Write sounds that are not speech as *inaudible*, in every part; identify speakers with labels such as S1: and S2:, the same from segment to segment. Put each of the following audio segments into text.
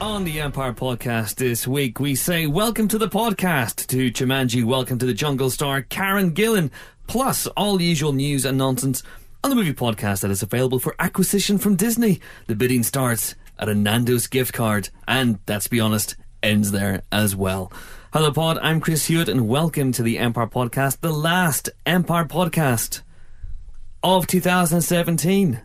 S1: Empire podcast this week, we say welcome to the podcast to Jumanji, welcome to the Jungle star Karen Gillan, plus all usual news and nonsense on the movie podcast that is available for acquisition from Disney. The bidding starts at a Nando's gift card, and let's be honest, ends there as well. Hello, Pod. I'm Chris Hewitt, and welcome to the Empire podcast, the last Empire podcast of 2017.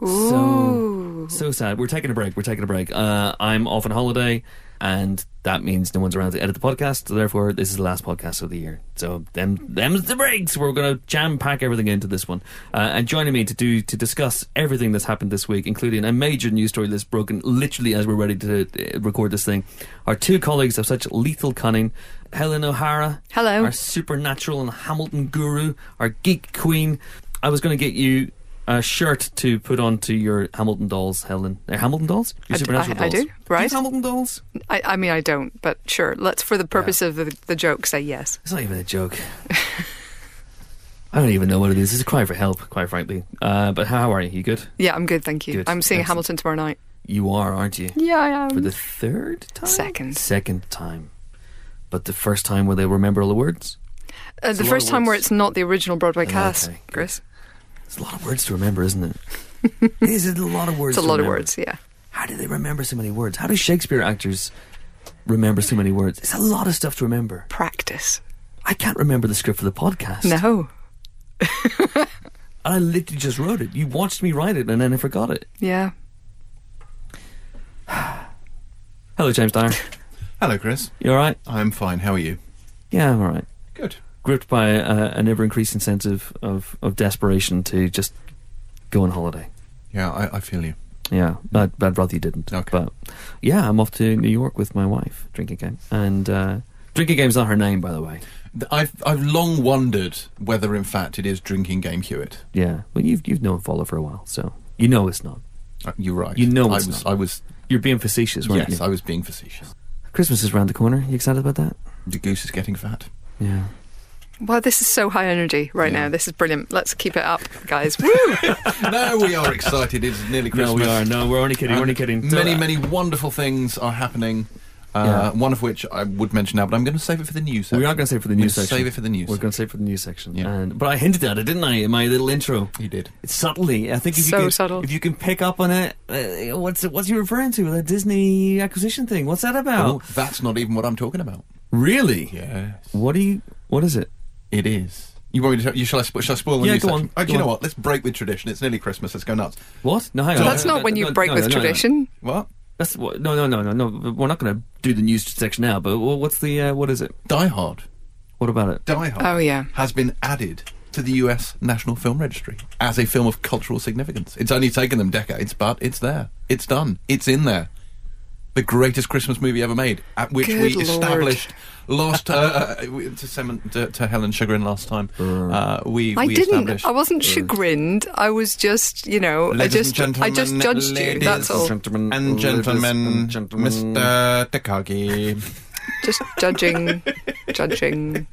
S1: So, so sad. We're taking a break. We're taking a break. Uh, I'm off on holiday, and that means no one's around to edit the podcast. So therefore, this is the last podcast of the year. So, them, them's the breaks. We're going to jam pack everything into this one. Uh, and joining me to do to discuss everything that's happened this week, including a major news story that's broken literally as we're ready to uh, record this thing, are two colleagues of such lethal cunning. Helen O'Hara,
S2: Hello.
S1: our supernatural and Hamilton guru, our geek queen. I was going to get you a shirt to put onto your Hamilton dolls, Helen. They're Hamilton dolls? Your
S2: I d-
S1: supernatural
S2: I- I
S1: dolls.
S2: do, right.
S1: you have Hamilton dolls?
S2: I, I mean, I don't, but sure. Let's, for the purpose of the, the joke, say yes.
S1: It's not even a
S2: *laughs*
S1: joke. I don't even know what it is. It's a cry for help, quite frankly. Uh, but how are you? You good?
S2: Yeah, I'm good, thank you.
S1: Good,
S2: I'm seeing
S1: excellent.
S2: Hamilton tomorrow night. Uh,
S1: You are, aren't you?
S2: Yeah, I am.
S1: For the third time?
S2: Second.
S1: Second time. But the first time where they remember all the words?
S2: uh,
S1: it's a
S2: the
S1: lot
S2: first
S1: of
S2: time where
S1: words.
S2: it's not the original Broadway
S1: Oh,
S2: cast,
S1: okay, good.
S2: Chris.
S1: It's a lot of words to remember, isn't
S2: *laughs*
S1: it? it is a lot of words
S2: It's
S1: to
S2: a lot of
S1: remember.
S2: words, yeah.
S1: How do they remember so many words? How do Shakespeare actors remember so many words? It's a lot of stuff to remember.
S2: Practice.
S1: I can't remember the script for the podcast.
S2: No.
S1: And I literally just wrote it. You watched me write it and then I forgot it.
S2: Yeah.
S1: Hello, James Dyer.
S3: Hello, Chris.
S1: You alright?
S3: I'm fine. How are you?
S1: Yeah, I'm alright.
S3: Good.
S1: Gripped by uh, an ever increasing sense of, of, of desperation to just go on holiday.
S3: Yeah, I, I feel you.
S1: Yeah, I'd, I'd rather you didn't.
S3: Okay.
S1: But yeah, I'm off to New York with my wife, Drinking Game. And uh, Drinking Game's not her name, by the way.
S3: Th- I've I've long wondered whether, in fact, it is drinking game Hewitt.
S1: Yeah. Well, you've, you've known Follow for a while, so you know it's not.
S3: Uh, You're right.
S1: You know
S3: I
S1: it's
S3: was.
S1: not.
S3: I was.
S1: You're being facetious, weren't
S3: Yes,
S1: you?
S3: I was being facetious.
S1: Christmas is round the corner. You excited about that?
S3: The goose is
S1: *laughs*
S3: getting fat.
S1: Yeah.
S2: Wow, this is so high energy right
S3: Yeah.
S2: now. This is brilliant. Let's keep it up,
S1: *laughs*
S2: guys.
S3: no, we are excited. It's nearly Christmas.
S1: No, we're only kidding.
S3: And Many, many wonderful things are happening. Uh,
S1: Yeah.
S3: One of which I would mention now, but I'm going to save it for the news.
S1: We
S3: section.
S1: are going to save it for the
S3: We'll
S1: news section.
S3: Save it for the news.
S1: We're going to save it for the news section.
S3: Yeah.
S1: And, but I hinted at it, didn't I, in my little intro?
S3: You did.
S1: It's subtly. I think if
S2: So
S1: you can,
S2: subtle.
S1: if you can pick up on it, uh, what's what's you referring to? That Disney acquisition thing? What's that about?
S3: Oh, that's not even what I'm talking about.
S1: Really?
S3: Yes,
S1: What do you? What is it?
S3: it is. You want me to? Tell, you shall I? sp- Shall I spoil the
S1: Yeah,
S3: news
S1: go on,
S3: section? Oh,
S1: go
S3: do you know
S1: on.
S3: what? Let's break with tradition. It's nearly Christmas. Let's go nuts.
S1: What? No, hang on.
S2: That's
S1: No,
S2: not when
S1: no,
S2: you
S1: no,
S2: break
S1: no,
S2: with
S1: no, no, no.
S2: tradition.
S3: What?
S1: That's what, no, no, no, no, no. We're not going to do the news section now. But what's the? Uh, what is it?
S3: Die Hard.
S1: What about it?
S3: Die Hard.
S2: Oh, yeah.
S3: Has been added to the U.S. National Film Registry as a film of cultural significance. It's only taken them decades, but it's there. It's done. It's in there. The greatest Christmas movie ever made, at which
S2: Good
S3: we
S2: Lord.
S3: established last uh, uh, to, Sem- to, to Helen Sugarin last time. Uh, we
S2: I
S3: we
S2: didn't.
S3: established.
S2: I wasn't chagrined. I was just, you know,
S3: Ladies
S2: I just,
S3: and
S2: I just
S3: gentlemen,
S2: judged you.
S3: ladies
S2: That's all.
S1: Gentlemen,
S3: and
S1: ladies and
S3: gentlemen,
S1: gentlemen.
S3: Mr. Takagi.
S2: just judging, judging.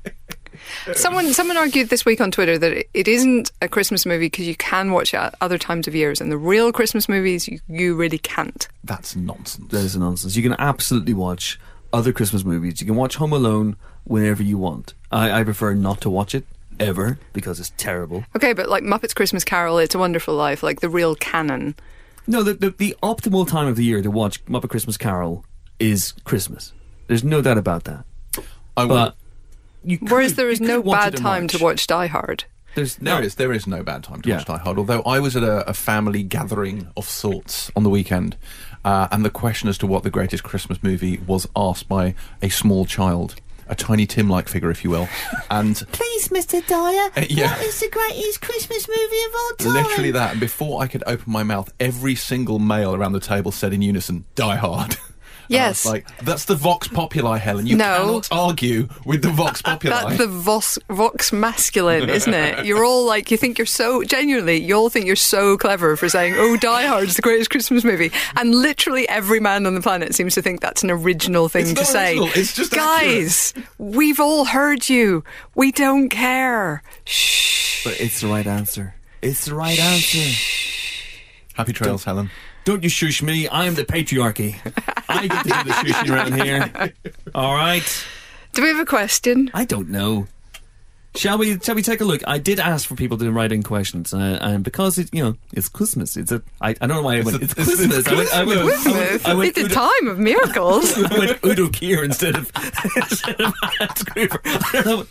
S2: Someone, someone argued this week on Twitter that it- it isn't a Christmas movie because you can watch it at other times of years, and the real Christmas movies you, you really can't.
S3: That's nonsense.
S1: That is nonsense. You can absolutely watch other Christmas movies. You can watch Home Alone whenever you want. I, I prefer not to watch it ever because it's terrible.
S2: Okay, but like Muppets Christmas Carol, It's a Wonderful Life, like the real canon.
S1: No, the, the, the optimal time of the year to watch Muppet Christmas Carol is Christmas. There's no doubt about that.
S3: I will-
S1: But you could,
S2: Whereas there is
S1: you could
S2: no
S1: watch it
S2: bad
S1: in
S2: time
S1: March.
S2: to watch Die Hard.
S1: There's no.
S3: There is there is no bad time to
S1: Yeah.
S3: watch Die Hard. Although I was at a, a family gathering of sorts on the weekend, uh, and the question as to what the greatest Christmas movie was asked by a small child, a tiny Tim-like figure, if you will, *laughs* and
S4: Please, Mr. Dyer,
S3: Uh, yeah.
S4: what is the greatest Christmas movie of all time?
S3: literally that. And before I could open my mouth, every single male around the table said in unison, "Die Hard." *laughs* And I was
S2: Yes.
S3: like that's the vox populi, Helen. You
S2: No.
S3: cannot argue with
S2: *laughs*
S3: the vox populi.
S2: That's the Vox, Vox masculine, isn't it? You're all like, you think you're so, genuinely, you all think you're so clever for saying, oh, Die Hard's the greatest Christmas movie. And literally every man on the planet seems to think that's an original thing
S3: It's
S2: to
S3: not
S2: say.
S3: original, it's just
S2: Guys, we've all heard you. We don't care. Shh.
S1: But it's the right answer. It's the right answer.
S3: Happy trails, Helen.
S1: Don't you shush me. I'm the patriarchy. I get to do the shushing around
S2: *laughs*
S1: here. All right.
S2: Do we have a question?
S1: I don't know. Shall we? Shall we take a look? I did ask for people to write in questions, uh, and because it, you know, it's Christmas. It's a. I, I don't know why I went. It's,
S3: a- it's-
S1: Christmas.
S3: it's
S1: I went. I went. I went, I went
S2: it's a
S1: Udo-
S2: time of miracles.
S1: I went Udo Kier instead of *laughs* instead of Hans Gruber. *laughs* I don't know.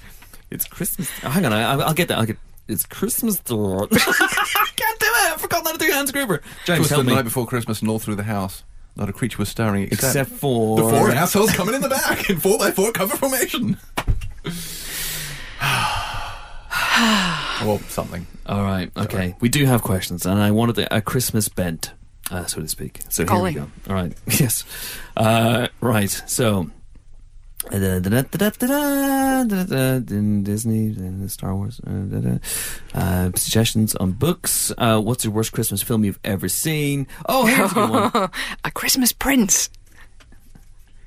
S1: It's Christmas. Oh, hang on, I, I'll get that. I'll get. It's Christmas. *laughs* I can't do it. I forgot how to do Hans Gruber.
S3: It
S1: James,
S3: was the
S1: help me.
S3: night before Christmas and all through the house. Not a creature was stirring except,
S1: Except for
S3: the four assholes coming in the back in 4 by 4 cover formation. *sighs* well, something.
S1: All right. Okay. We do have questions, and I wanted a, a Christmas bent, uh, so to speak. So here we
S2: Golly.
S1: go. All right. *laughs* Yes. Uh, right. So. uh, Disney, uh, Star Wars, uh, da, da. Uh, suggestions on books. Uh, what's the worst Christmas film you've ever seen? Oh, here's a good one.
S2: *laughs* a Christmas Prince.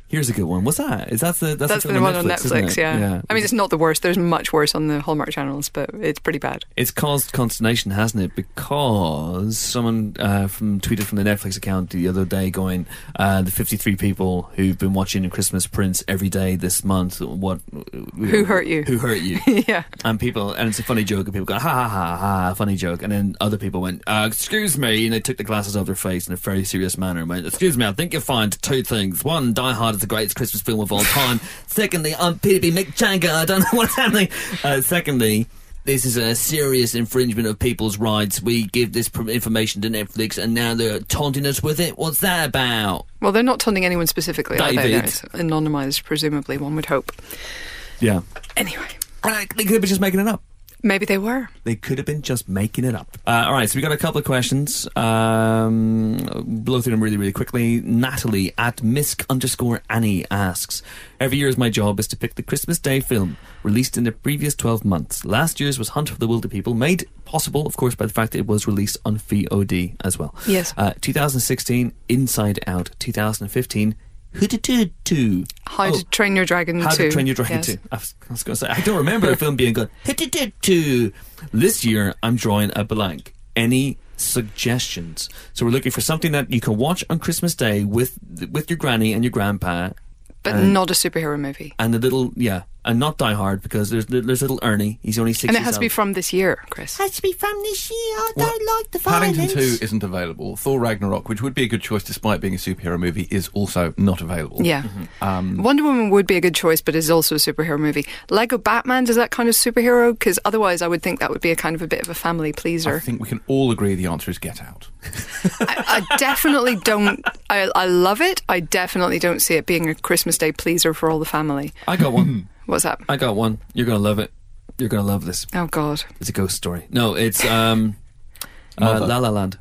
S1: Here's a good one. What's that? Is that the that's,
S2: That's
S1: the, film
S2: the one on
S1: isn't
S2: Netflix,
S1: it?
S2: yeah.
S1: yeah.
S2: I mean, it's not the worst. There's much worse on the Hallmark channels, but it's pretty bad. *laughs*
S1: It's caused consternation, hasn't it? Because someone uh, from tweeted from the Netflix account the other day, going, uh, "The 53 people who've been watching Christmas Prince every day this month. What? Who
S2: hurt you?
S1: Who hurt
S2: *laughs*
S1: you?"
S2: yeah.
S1: and people, and it's a funny joke, and people go, "Ha ha ha ha!" Funny joke, and then other people went, uh, "Excuse me," and they took the glasses off their face in a very serious manner and went, "Excuse me, I think you'll find two things: one, Die Hard is the greatest Christmas film of all time. secondly, I'm Peter B. McJagger. I don't know *laughs* what's happening. Uh, secondly." This is a serious infringement of people's rights. We give this pr- information to Netflix, and now they're taunting us with it. What's that about?
S2: Well, they're not taunting anyone specifically, are they?
S1: David.
S2: No, It's anonymised, presumably, one would hope.
S1: Yeah,
S2: Anyway,
S1: they could have been just making it up.
S2: maybe they were.
S1: They could have been just making it up. Uh, all right, so we got a couple of questions. Um, blow through them really, really quickly. Natalie at misc underscore Annie asks Every year's my job is to pick the Christmas Day film released in the previous 12 months. Last year's was Hunt for the Wilder People, made possible, of course, by the fact that it was released on VOD as well.
S2: Yes.
S1: Uh, 2016, Inside Out. 2015, Who Did It To?
S2: How
S1: Oh.
S2: to Train Your Dragon
S1: How
S2: 2.
S1: to Train Your Dragon
S2: yes.
S1: 2. I was, I was going to say, I don't remember the film being good. Two. *laughs* This year, I'm drawing a blank. Any suggestions? So we're looking for something that you can watch on Christmas Day with with your granny and your grandpa,
S2: But
S1: And-
S2: not a superhero movie.
S1: and the little yeah, and not Die Hard because there's there's little Ernie. He's only six.
S2: And it
S1: years
S2: has to be
S1: old.
S2: from this year, Chris.
S4: Has to be from this year. I
S1: Well,
S4: don't like the violence.
S3: Paddington 2 isn't available. Thor Ragnarok, which would be a good choice despite being a superhero movie, is also not available.
S2: Yeah.
S1: Mm-hmm.
S2: Wonder Woman would be a good choice, but is also a superhero movie. Lego Batman, does that kind of superhero? Because otherwise, I would think that would be a kind of a bit of a family
S3: I
S1: *laughs*
S2: pleaser.
S3: think we can all agree the answer is Get Out.
S2: I, I definitely don't. I, I love it. I definitely don't see it being a Christmas Day pleaser for all the family.
S1: I got
S3: *laughs*
S1: one.
S2: What's that?
S1: I got one. You're gonna love it. You're gonna love this.
S2: Oh, God.
S1: It's a ghost story. No, it's um, uh,
S3: Mother.
S1: La La Land.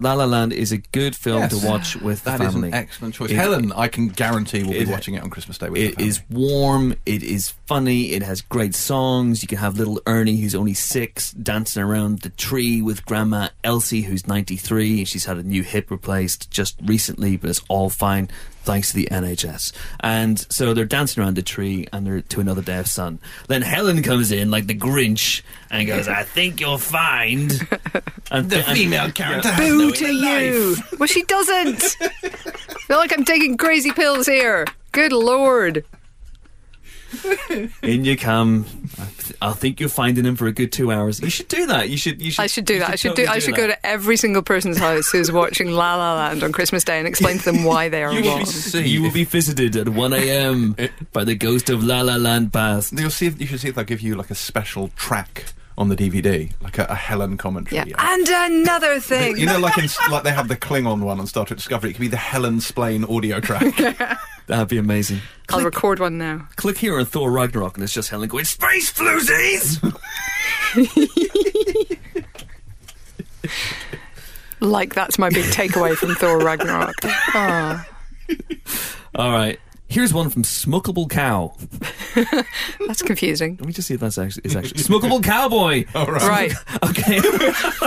S1: La La Land is a good film
S3: Yes.
S1: to watch with
S3: That
S1: the
S3: is
S1: family.
S3: an excellent choice.
S1: It-
S3: Helen, I can guarantee, will
S1: it-
S3: be watching it on Christmas Day with her
S1: It
S3: family.
S1: is warm. It is funny. It has great songs. You can have little Ernie, who's only six, dancing around the tree with Grandma Elsie, who's 93, and she's had a new hip replaced just recently, but it's all fine thanks to the NHS. And so they're dancing around the tree and they're to another day of sun. Then Helen comes in like the Grinch and goes, I think you'll
S2: *laughs*
S1: find. And the female character.
S2: Boo to you! *laughs* Well, she doesn't. I feel like I'm taking crazy pills here. Good lord!
S1: In you come. I th- I think you're finding him for a good two hours. You should do that. You should. You should
S2: I should do
S1: you
S2: that. I should do.
S1: totally
S2: I should go
S1: that.
S2: to every single person's house who's watching La La Land on Christmas Day and explain to them why they
S1: *laughs*
S2: are
S1: You will,
S2: wrong.
S1: be, you will be visited at 1 a.m. by the ghost of La La Land past.
S3: You'll see. If, you should see if they'll give you like a special track on the DVD, like a, a Helen commentary.
S2: Yeah. And another thing.
S3: you know, like in, like they have the Klingon one on Star Trek Discovery. It could be the Helen Splain
S2: *laughs*
S3: audio track.
S1: That'd be amazing.
S2: I'll record one now.
S1: Click here on Thor Ragnarok, and it's just Helen going, Space
S2: *laughs*
S1: floozies!
S2: Like that's my big takeaway from Thor Ragnarok. Ah.
S1: All right. Here's one from Smuckable Cow.
S2: that's confusing.
S1: *laughs* Let me just see if that's actually. It's actually Smuckable
S2: *laughs*
S1: Cowboy!
S3: All right,
S2: Right.
S1: Okay.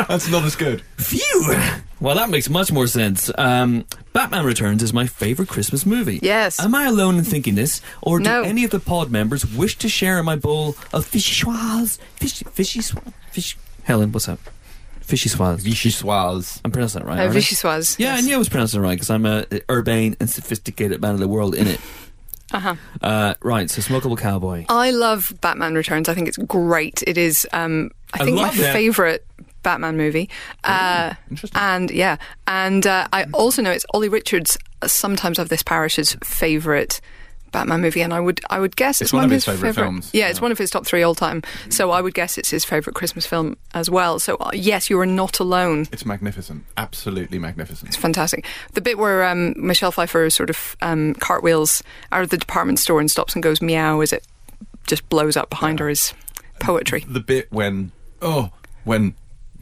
S3: that's not as good.
S1: Phew! Well, that makes much more sense. Um, Batman Returns is my favourite Christmas movie.
S2: Yes.
S1: Am I alone in thinking this, or do
S2: No.
S1: any of the pod members wish to share in my bowl of fishy schwas? Fishy, fishy, swa- fish. Helen, what's up? Vichyssoise.
S3: Vichyssoise.
S1: I'm pronouncing that right.
S2: Uh,
S1: aren't I?
S2: Vichyssoise.
S1: Yeah, I
S2: yes.
S1: knew I was pronouncing it right because I'm a urbane and sophisticated man of the world in it.
S2: Uh-huh.
S1: Uh, right, so smokable cowboy.
S2: I love Batman Returns. I think it's great. It is, um, I
S1: I
S2: think, my
S1: love that.
S2: favorite Batman movie. Uh,
S3: interesting.
S2: and yeah, and uh, I also know it's Ollie Richards. uh, Sometimes of this parish's favorite Batman movie, and I would I would guess it's,
S3: one of
S2: of
S3: his favourite films.
S2: Yeah, it's one of his top three all time. So I would guess it's his favorite Christmas film as well. So uh, yes, you are not alone.
S3: It's magnificent. Absolutely magnificent.
S2: It's fantastic. The bit where um, Michelle Pfeiffer sort of um, cartwheels out of the department store and stops and goes meow as it just blows up behind her is poetry.
S3: The bit when, oh, when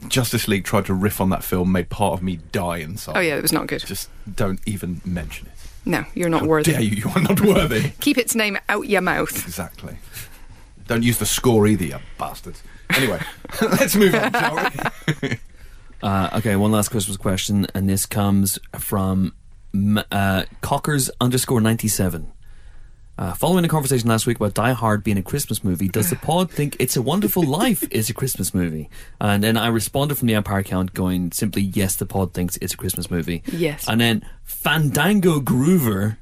S3: Justice League tried to riff on that film made part of me die inside.
S2: Oh yeah, it was not good.
S3: Just don't even mention it.
S2: No, you're not
S3: Dare
S2: worthy.
S3: you? You are not worthy.
S2: Keep its name out your mouth.
S3: Exactly. Don't use the score either, you bastards. Anyway, *laughs* let's move on, shall
S1: *laughs*
S3: we?
S1: Uh, okay, one last Christmas question, and this comes from m- uh, Cockers underscore ninety seven. Uh, following a conversation last week about Die Hard being a Christmas movie, does the pod think It's a Wonderful Life is a Christmas movie? And then I responded from the Empire account going simply, yes, the pod thinks it's a Christmas movie.
S2: Yes.
S1: And then Fandango Groover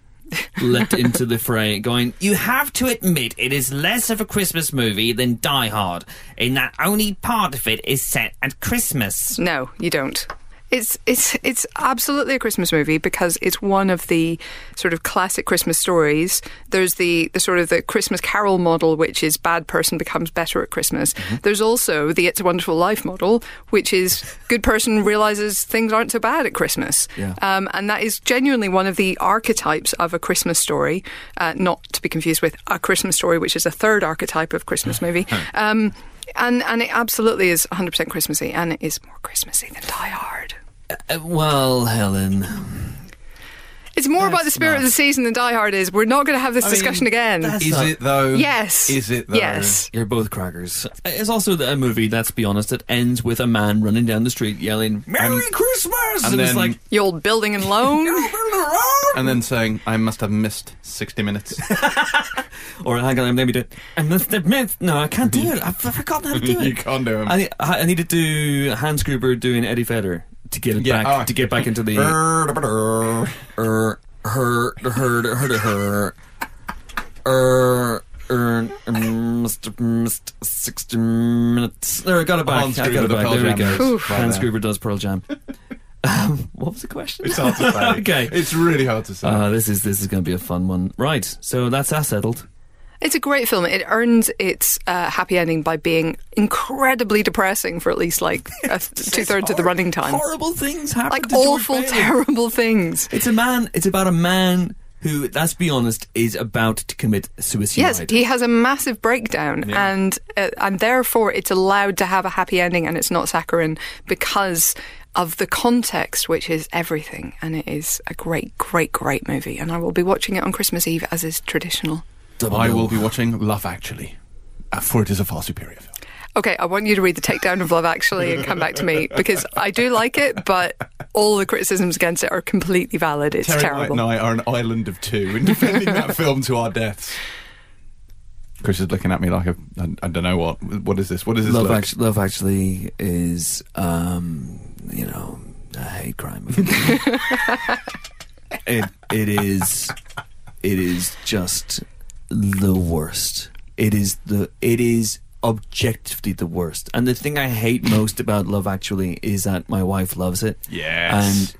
S1: leapt into the fray going, You have to admit it is less of a Christmas movie than Die Hard, in that only part of it is set at Christmas.
S2: No, you don't. It's it's it's absolutely a Christmas movie because it's one of the sort of classic Christmas stories. There's the, the sort of the Christmas Carol model, which is bad person becomes better at Christmas.
S1: Mm-hmm.
S2: There's also the It's a Wonderful Life model, which is good person realizes things aren't so bad at Christmas.
S1: Yeah.
S2: Um, and that is genuinely one of the archetypes of a Christmas story, uh, not to be confused with a Christmas story, which is a third archetype of Christmas movie. Um, and and it absolutely is 100% Christmassy, and it is more Christmassy than Die Hard.
S1: Uh, well, Helen.
S2: It's more about
S1: That's
S2: the spirit of
S1: not-
S2: the season than Die Hard is. We're not going to have this
S1: mean,
S2: discussion again.
S1: that's-
S3: Is it though?
S2: Yes.
S3: Is it though?
S2: Yes.
S1: You're both crackers. Uh, It's also a movie, let's be honest, that ends with a man running down the street yelling, Merry
S3: And-
S1: Christmas!
S3: and
S1: And, it's
S3: then-
S1: like,
S2: The old building and loan.
S3: And then saying, I must have missed
S1: *laughs*
S3: 60 minutes.
S1: or hang on, let me do it. I must admit, no, I can't do it. I've forgotten how to do it.
S3: you can't do
S1: I
S3: them.
S1: need, I I need to do Hans Gruber doing Eddie Vedder to get it
S3: Yeah,
S1: back
S3: oh.
S1: to get back into the er,
S3: That's
S1: her Er, her her her her er er um, must missed sixty minutes. There, I got it back.
S3: Hans
S1: I got
S3: Gruber,
S1: it
S3: the
S1: back.
S3: Pearl
S1: there we
S3: Jam
S1: go.
S3: is right
S1: Hans
S3: there.
S1: Gruber does Pearl Jam. *laughs* Um, what was the question? It's
S3: hard to say.
S1: okay.
S3: It's really hard to say.
S1: uh, this is this is going to be a fun one, right? So that's that settled.
S2: It's a great film. It earns its uh, happy ending by being incredibly depressing for at least like two thirds of the running time.
S1: Horrible things happen.
S2: Like
S1: to George
S2: awful,
S1: Bailey. *laughs*
S2: terrible things.
S1: It's a man. It's about a man who, let's be honest, is about to commit suicide.
S2: Yes, he has a massive breakdown, and uh, and therefore it's allowed to have a happy ending, and it's not saccharine because of the context, which is everything, and it is a great, great, great movie, and I will be watching it on Christmas Eve as is traditional.
S1: Double
S3: I
S1: bill.
S3: will be watching Love Actually, uh, for it is a far superior film.
S2: Okay, I want you to read the takedown of Love Actually and come back to me because I do like it, but all the criticisms against it are completely valid. It's
S3: Terry
S2: terrible.
S3: White and I are an island of two in
S2: *laughs*
S3: defending that film to our deaths. Chris is looking at me like a, I, I don't know what. What is this? What is this?
S1: Love,
S3: look?
S1: act- love actually is, um, you know, a hate crime. *laughs* it, it is, it is just the worst. It is the, it is objectively the worst. And the thing I hate most about Love Actually is that my wife loves it.
S3: Yes.
S1: And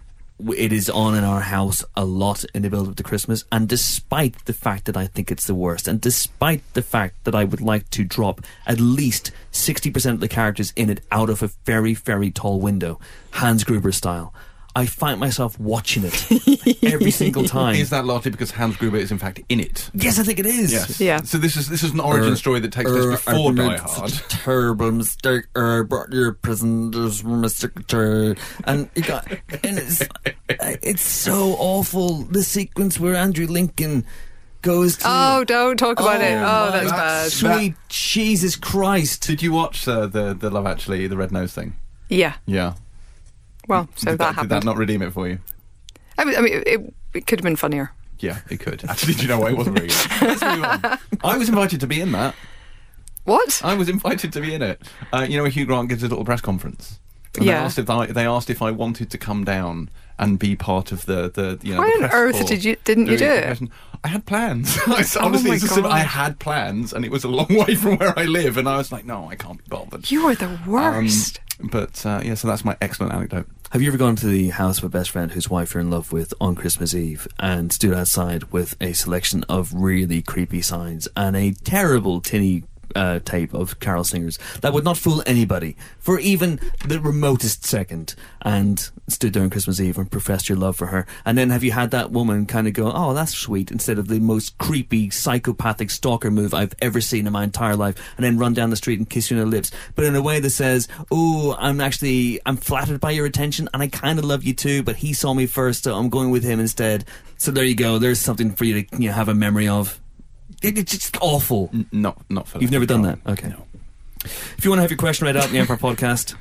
S1: w- it is on in our house a lot in the build up to Christmas. And despite the fact that I think it's the worst, and despite the fact that I would like to drop at least 60% of the characters in it out of a very, very tall window, Hans Gruber style, I find myself watching
S3: *laughs*
S1: it every single time.
S3: Is that largely because Hans Gruber is in fact in it?
S1: yes, I think it is.
S2: Yeah.
S3: So this is this is an origin story that takes place
S1: Er,
S3: before
S1: I
S3: Die
S1: made
S3: Hard. *laughs*
S1: such a terrible mistake. Er, brought your prisoners, Mister. And you got, and it's it's so awful. The sequence where Andrew Lincoln goes to.
S2: Oh, don't talk about it. Oh,
S1: my
S2: that's bad.
S1: Sweet Jesus Christ!
S3: Did you watch uh, the the Love Actually the Red Nose thing?
S2: Yeah.
S3: Yeah.
S2: Well, so
S3: did
S2: that
S3: Did that
S2: happened.
S3: not redeem it for you?
S2: I mean, I mean, it, it could have been funnier.
S3: Yeah, it could. Actually, do you know what? It wasn't really. Good. Let's move
S2: *laughs*
S3: on. I was invited to be in that.
S2: What?
S3: Uh, I was invited to be in it. Uh, you know, where Hugh Grant gives a little press conference. And they
S2: Yeah.
S3: asked if I, they asked if I wanted to come down and be part of the the you know.
S2: Why
S3: the
S2: on
S3: press
S2: earth
S3: corps
S2: did you- didn't you
S3: doing
S2: do it? Oh
S3: information. I had plans. *laughs* It's honestly,
S2: my
S3: it's as if
S2: God.
S3: I had plans, and it was a long *laughs* way from where I live, and I was like, no, I can't be bothered.
S2: You are the
S3: Um,
S2: worst.
S3: but uh, yeah, so that's my excellent anecdote.
S1: Have you ever gone to the house of a best friend whose wife you're in love with on Christmas Eve and stood outside with a selection of really creepy signs and a terrible tinny uh, tape of carol singers that would not fool anybody for even the remotest second and stood there on Christmas Eve and professed your love for her? And then have you had that woman kind of go, oh, that's sweet, instead of the most creepy psychopathic stalker move I've ever seen in my entire life and then run down the street and kiss you on the lips, but in a way that says, "Oh, I'm actually I'm flattered by your attention, and I kind of love you too, but he saw me first, so I'm going with him instead." So there you go. There's something for you to you know, have a memory of. It- it's just awful.
S3: N- not not for
S1: You've
S3: that.
S1: never done that, okay?
S3: No.
S1: If you want to have your question read out in the Empire podcast.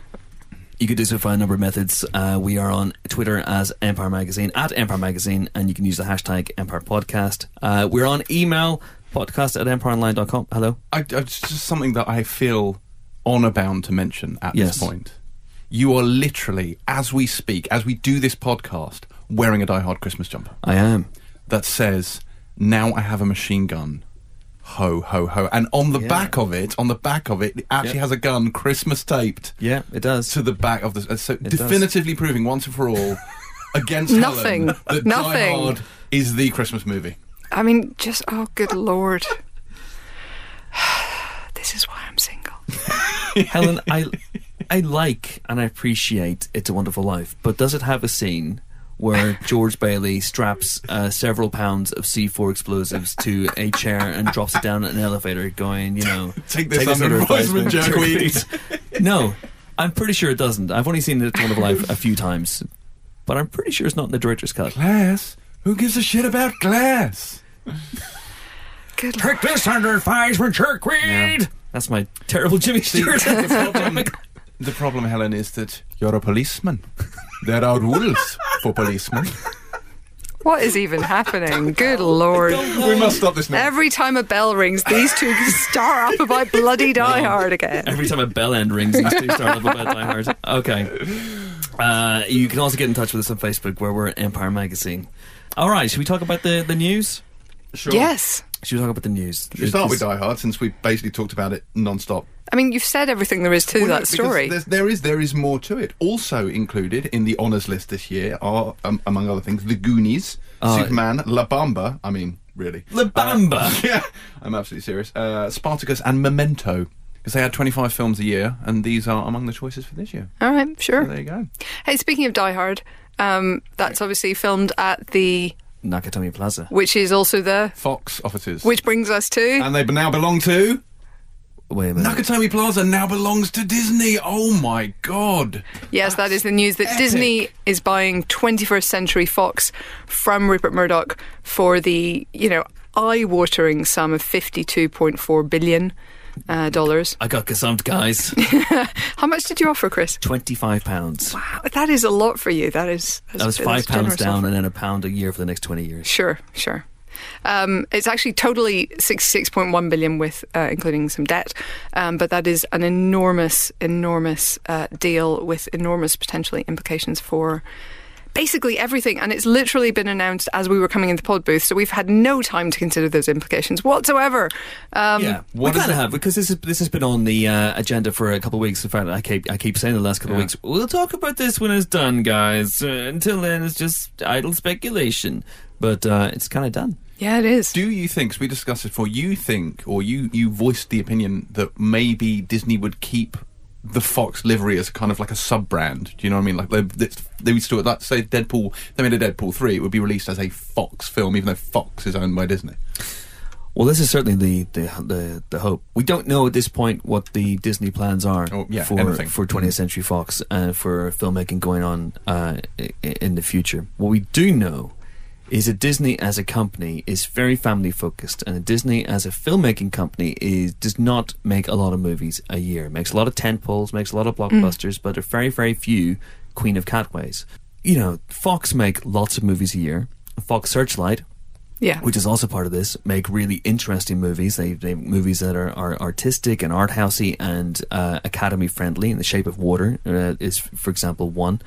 S1: You could do so via a number of methods. Uh, we are on Twitter as Empire Magazine, at Empire Magazine, and you can use the hashtag Empire Podcast. Uh, we're on email, podcast at empireonline.com. Hello.
S3: I, I- it's just something that I feel honor bound to mention at
S1: Yes.
S3: this point. You are literally, as we speak, as we do this podcast, wearing a Die Hard Christmas jumper
S1: I am.
S3: that says, "Now I have a machine gun." Ho ho ho! And on the
S1: Yeah.
S3: back of it, on the back of it, it actually
S1: Yep.
S3: has a gun, Christmas taped
S1: Yeah, it does.
S3: to the back of the. uh, So
S1: does.
S3: definitively proving once and for all,
S1: *laughs*
S3: against
S2: Nothing.
S3: Helen, that
S2: Nothing.
S3: Die Hard is the Christmas movie.
S2: I mean, just oh, good lord. *sighs* this is why I'm single.
S1: Helen, I, I like and I appreciate It's a Wonderful Life, but does it have a scene where George Bailey straps uh, several pounds of C4 explosives to a chair and drops it down at an elevator, going, you know,
S3: Take this under advisement,
S1: jerkweed. *laughs* no, I'm pretty sure it doesn't. I've only seen It's a Wonderful Life a few times, but I'm pretty sure it's not in the director's cut.
S3: Glass? Who gives a shit about glass?
S2: Good lord.
S1: Take this under advisement, jerkweed. That's my terrible Jimmy *laughs* Stewart.
S3: the, problem, *laughs* the problem, Helen, is that you're a policeman. There are rules for policemen.
S2: What is even
S3: *laughs*
S2: happening? Good lord.
S3: We must stop this now.
S2: Every time a bell rings, these two *laughs* star up about bloody Die Hard again.
S1: Every time a bell end rings, these two start up about Die Hard. Okay. Uh, you can also get in touch with us on Facebook, where we're at Empire Magazine. All right, should we talk about the, the news?
S3: Sure.
S2: Yes.
S1: Should we talk about the news?
S3: Should we start with Die Hard since we basically talked about it non-stop.
S2: I mean, you've said everything there is to
S3: Well, no,
S2: that
S3: because
S2: story.
S3: there's- There is there is more to it. Also included in the honors list this year are, um, among other things, The Goonies, Superman, La Bamba. I mean, really,
S1: La Bamba.
S3: Uh, *laughs* yeah, I'm absolutely serious. Uh, Spartacus and Memento, because they had 25 films a year, and these are among the choices for this year.
S2: All right,
S3: So
S2: sure.
S3: there you go.
S2: Hey, speaking of Die Hard, um, that's obviously filmed at the,
S1: Nakatomi Plaza.
S2: which is also the,
S3: Fox offices,
S2: which brings us to
S3: and they now belong to
S1: Wait a minute.
S3: Nakatomi Plaza. Now belongs to Disney. Oh my god!
S2: yes, that is the news that Disney is buying 21st Century Fox from Rupert Murdoch for the, you know, eye-watering sum of 52.4 billion uh, dollars.
S1: I got gazumped,
S3: *laughs*
S1: guys.
S2: How much did you offer, Chris?
S1: Twenty-five pounds.
S2: Wow, that is a lot for you. That is that's,
S1: That was
S2: that's
S1: five pounds
S2: generous
S1: down,
S2: offer.
S1: and then a pound a year for the next twenty years.
S2: Sure, sure. Um, it's actually totally six six point one billion with uh, including some debt, um, but that is an enormous, enormous uh, deal with enormous potentially implications for basically everything. And it's literally been announced as we were coming into the pod booth, so we've had no time to consider those implications whatsoever. Um,
S1: yeah,
S3: what
S1: we
S3: is
S1: kind of
S3: it-
S1: have because this is this has been on the uh, agenda for a couple of weeks. In fact, I keep I keep saying the last couple of
S3: Yeah.
S1: weeks. We'll talk about this when it's done, guys. Uh, until then, it's just idle speculation. But uh, it's kind of done.
S2: yeah, it is.
S3: Do you think? 'cause we discussed it before. You think, or you you voiced the opinion that maybe Disney would keep the Fox livery as kind of like a sub brand. Do you know what I mean? Like they they, they would still like say Deadpool. They made a Deadpool three. It would be released as a Fox film, even though Fox is owned by Disney.
S1: Well, this is certainly the the the, the hope. We don't know at this point what the Disney plans are
S3: Oh, yeah,
S1: for
S3: anything. Mm-hmm.
S1: for 20th Century Fox and for filmmaking going on uh, i- i- in the future. What we do know is that Disney as a company is very family focused, and Disney as a filmmaking company is does not make a lot of movies a year. It makes a lot of tent poles, makes a lot of blockbusters, but there are very very few Queen of Catways. You know, Fox make lots of movies a year. Fox Searchlight
S2: Yeah.
S1: which is also part of this, make really interesting movies. They, they make movies that are, are artistic and art housey and uh, academy friendly. In the Shape of Water uh, is, for example, one.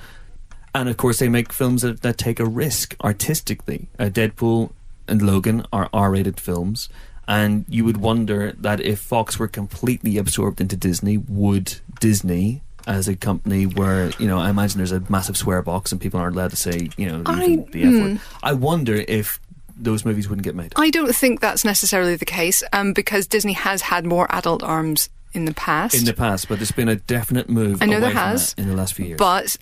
S1: And of course, they make films that, that take a risk artistically. Uh, Deadpool and Logan are R-rated films, and you would wonder that if Fox were completely absorbed into Disney, would Disney? As a company where, you know, I imagine there's a massive swear box and people aren't allowed to say, you know,
S2: I- Hmm.
S1: even the F word. I wonder if those movies wouldn't get made.
S2: I don't think that's necessarily the case um, because Disney has had more adult arms in the past.
S1: in the past, but there's been a definite move
S2: I know
S1: away
S2: there
S1: from
S2: has,
S1: that in the last few years.
S2: but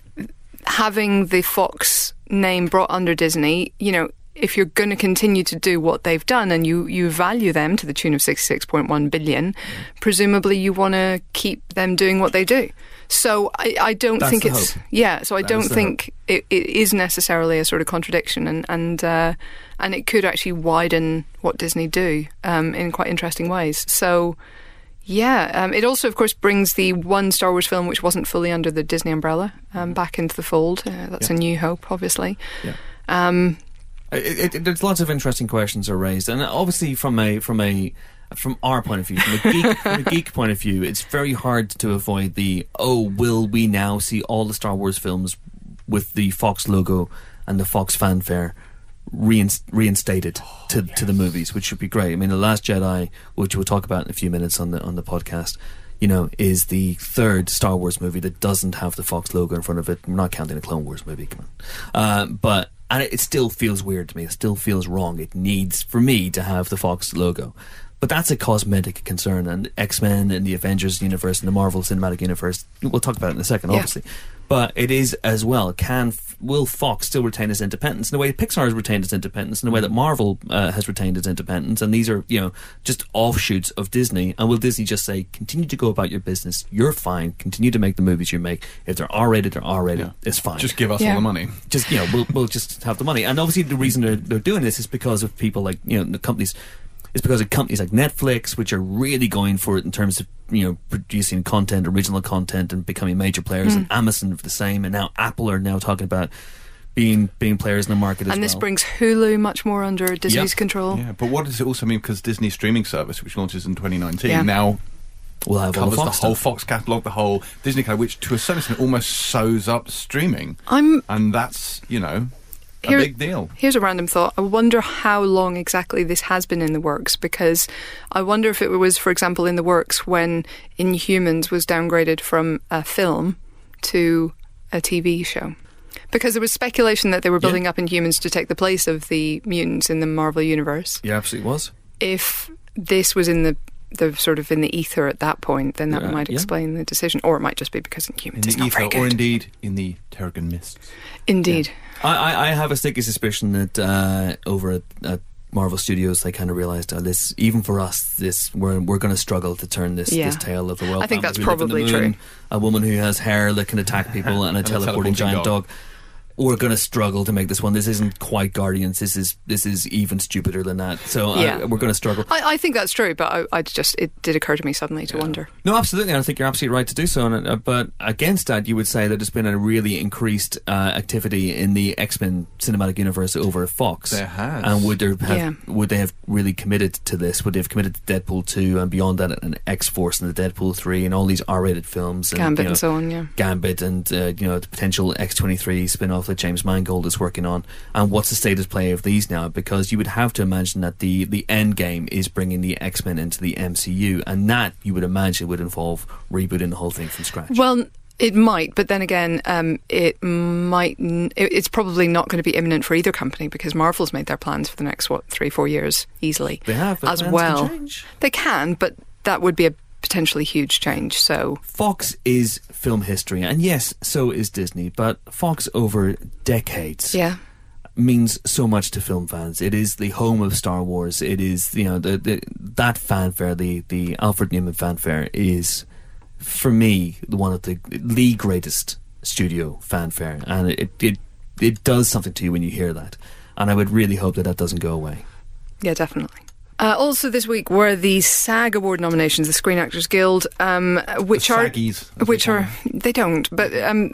S2: having the Fox name brought under Disney, you know, if you're going to continue to do what they've done and you, you value them to the tune of 66.1 billion, presumably you want to keep them doing what they do. So I, I don't
S1: That's
S2: think
S1: the
S2: it's
S1: hope.
S2: yeah. So I
S1: That is uh,
S2: don't
S1: the
S2: think it, it is necessarily a sort of contradiction, and and uh, and it could actually widen what Disney do um, in quite interesting ways. So yeah, um, it also, of course, brings the one Star Wars film which wasn't fully under the Disney umbrella
S1: Mm-hmm.
S2: um, back into the fold. Uh, that's a new hope, obviously.
S1: Yeah.
S2: Um,
S1: It, it, it- there's lots of interesting questions are raised, and obviously from a from a from our point of view, from a
S2: *laughs*
S1: geek, from a geek point of view, it's very hard to avoid the oh, will we now see all the Star Wars films with the Fox logo and the Fox fanfare reinst- reinstated
S2: Oh,
S1: to to the movies, which should be great. I mean, the Last Jedi, which we'll talk about in a few minutes on the on the podcast. You know, is the third Star Wars movie that doesn't have the Fox logo in front of it. We're not counting the Clone Wars movie, come on. Uh, but and it, it still feels weird to me. It still feels wrong. It needs for me to have the Fox logo, but that's a cosmetic concern. And X Men and the Avengers universe and the Marvel Cinematic Universe. We'll talk about it in a second,
S2: Yeah.
S1: obviously. But it is as well. Can will Fox still retain its independence in the way Pixar has retained its independence, in the way that
S3: Mm.
S1: Marvel uh, has retained its independence? And these are you know just offshoots of Disney. And will Disney just say, continue to go about your business? You're fine. Continue to make the movies you make. If they're R rated, they're R rated.
S3: Yeah.
S1: It's fine
S3: Just give us
S2: Yeah.
S3: all the money.
S1: just you know we'll, we'll just have the money and obviously the reason they're, they're doing this is because of people like you know the companies it's because of companies like Netflix which are really going for it in terms of you know producing content original content and becoming major players
S2: Hmm.
S1: and Amazon for the same and now Apple are now talking about being being players in the market as
S2: and this
S1: well.
S2: brings Hulu much more under Disney's
S1: Yeah.
S2: control.
S3: Yeah, but what does it also mean? Because Disney streaming service, which launches in 2019,
S2: Yeah.
S3: now
S1: we'll have all
S3: covers
S1: the
S3: the,
S1: Fox
S3: whole
S1: stuff.
S3: Fox catalog, the whole Disney catalog, which to a certain extent almost sews up streaming,
S2: I'm
S3: and that's you know a
S2: Here-
S3: big deal.
S2: Here's a random thought. I wonder how long exactly this has been in the works because I wonder if it was, for example, in the works when Inhumans was downgraded from a film to a TV show. Because there was speculation that they were building up Inhumans to take the place of the mutants in the Marvel Universe.
S1: yeah absolutely was
S2: If this was in the the sort of in the ether at that point, then that
S1: Yeah,
S2: might
S1: yeah.
S2: explain the decision, or it might just be because Inhumans
S3: In
S2: is
S3: the
S2: not very
S3: ether, or
S2: good.
S3: indeed in the Terrigan mists.
S2: Indeed,
S1: I, I, I have a sticky suspicion that uh, over at, at Marvel Studios, they kind of realized oh, this. Even for us, this we're we're going to struggle to turn this
S2: Yeah.
S1: this tale of the world.
S2: I think that's
S1: family who live in the
S2: probably
S1: moon, A woman who has hair that can attack people and a
S3: And a
S1: teleporting
S3: teleporting
S1: giant dog.
S3: dog.
S1: We're going to struggle to make this one. This isn't quite Guardians. This is this is even stupider than that. So uh,
S2: Yeah.
S1: we're going to struggle.
S2: I, I think that's true, but I, I just it did occur to me suddenly to wonder.
S1: No, absolutely. And I think you're absolutely right to do so. And, uh, but against that, you would say that there's been a really increased uh, activity in the X Men cinematic universe over at Fox.
S3: There has.
S1: And would there have,
S2: Yeah.
S1: would they have really committed to this? Would they have committed to Deadpool two and beyond that, and X Force and the Deadpool three and all these R rated films? And, you
S2: Gambit
S1: know,
S2: and so on, yeah.
S1: Gambit and uh, you know the potential X twenty three spin off that James Mangold is working on, and what's the state of play of these now? Because you would have to imagine that the the end game is bringing the X Men into the MCU, and that you would imagine would involve rebooting the whole thing from scratch.
S2: Well, it might, but then again, um, it might. n- it- It's probably not going to be imminent for either company because Marvel's made their plans for the next what three, four years easily.
S1: they have but plans
S2: as
S1: can
S2: well.
S1: change.
S2: They can, but that would be a potentially huge change. So
S1: Fox is film history, and yes, so is Disney. But Fox over decades,
S2: yeah,
S1: means so much to film fans. It is the home of Star Wars. It is you know the, the that fanfare, the the Alfred Newman fanfare, is for me one of the the greatest studio fanfare, and it it it does something to you when you hear that. And I would really hope that that doesn't go away.
S2: yeah, definitely. Uh, also, this week were the SAG Award nominations, the Screen Actors Guild, um, which
S3: the
S2: are
S3: saggies, as they
S2: which
S3: call
S2: are *laughs*
S3: them.
S2: they don't but um,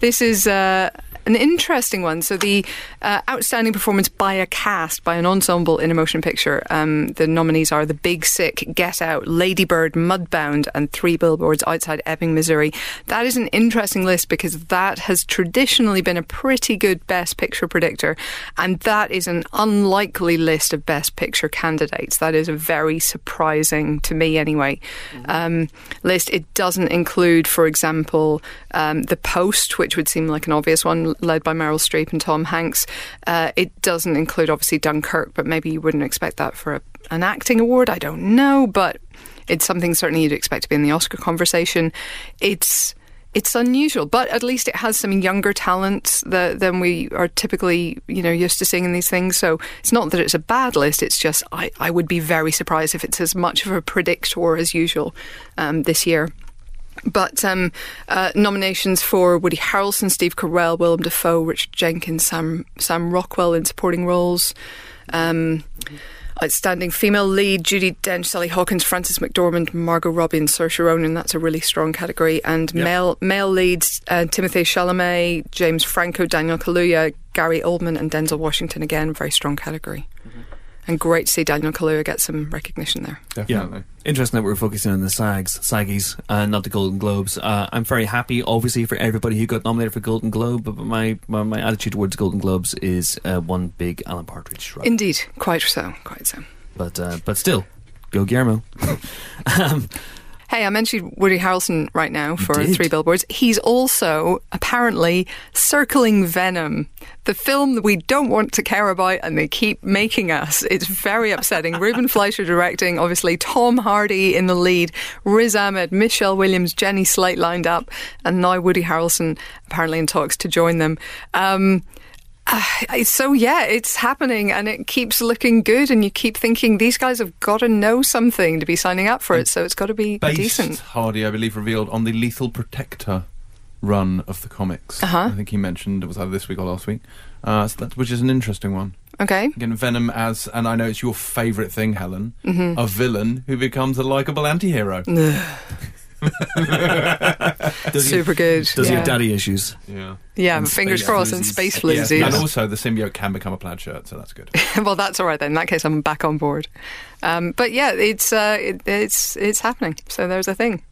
S2: this is uh, an interesting one. So the uh, outstanding performance by a cast, by an ensemble in a motion picture. Um, the nominees are The Big Sick, Get Out, Ladybird, Mudbound, and Three Billboards Outside Ebbing, Missouri. That is an interesting list because that has traditionally been a pretty good Best Picture predictor, and that is an unlikely list of Best Picture candidates. That is a very surprising to me, anyway. Um, list. It doesn't include, for example, um, The Post, which would seem like an obvious one, led by Meryl Streep and Tom Hanks. Uh, it doesn't include, obviously, Dunkirk, but maybe you wouldn't expect that for a, an acting award. I don't know, but it's something certainly you'd expect to be in the Oscar conversation. It's it's unusual, but at least it has some younger talent tha- than we are typically, you know, used to seeing in these things. So it's not that it's a bad list. It's just I, I would be very surprised if it's as much of a predictor as usual um, this year. But um, uh, nominations for Woody Harrelson, Steve Carell, Willem Dafoe, Richard Jenkins, Sam Sam Rockwell in supporting roles. Um, Outstanding female lead: Judy Dench, Sally Hawkins, Frances McDormand, Margot Robbie, and Saoirse Ronan. That's a really strong category. And male male leads: uh, Timothy Chalamet, James Franco, Daniel Kaluuya, Gary Oldman, and Denzel Washington. Again, very strong category. And great to see Daniel Kaluuya get some recognition there.
S3: Definitely.
S1: Interesting that we're focusing on the SAGs, SAGies, and not the Golden Globes. Uh, I'm very happy, obviously, for everybody who got nominated for Golden Globe, but my, my, my attitude towards Golden Globes is uh, one big Alan Partridge shrug.
S2: Indeed, quite so, quite so.
S1: but, uh, but still, go Guillermo. um,
S2: Hey, I mentioned Woody Harrelson right now for
S1: did.
S2: Three Billboards. He's also apparently circling Venom, the film that we don't want to care about and they keep making us. It's very upsetting. Ruben Fleischer directing, obviously, Tom Hardy in the lead, Riz Ahmed, Michelle Williams, Jenny Slate lined up, and now Woody Harrelson apparently in talks to join them. Um, I- so yeah, it's happening and it keeps looking good, and you keep thinking these guys have got to know something to be signing up for it, so it's got to be
S3: Based
S2: decent.
S3: Hardy, I believe, revealed on the Lethal Protector run of the comics.
S2: Uh-huh.
S3: I think he mentioned it was either this week or last week, uh, so that, which is an interesting one.
S2: Okay,
S3: Again, Venom as, and I know it's your favourite thing, Helen,
S2: Mm-hmm.
S3: a villain who becomes a likable anti-hero.
S1: does he,
S2: super good.
S1: does
S2: yeah,
S1: he have daddy issues?
S3: Yeah.
S2: Yeah,
S1: and
S2: fingers
S1: space
S2: crossed, and
S1: floozies?
S2: space
S1: Yes.
S2: floozies.
S3: And also, the symbiote can become a plaid shirt, so that's good.
S2: *laughs* well, that's all right then. In that case, I'm back on board. Um, but yeah, it's uh, it, it's it's happening. So there's a thing.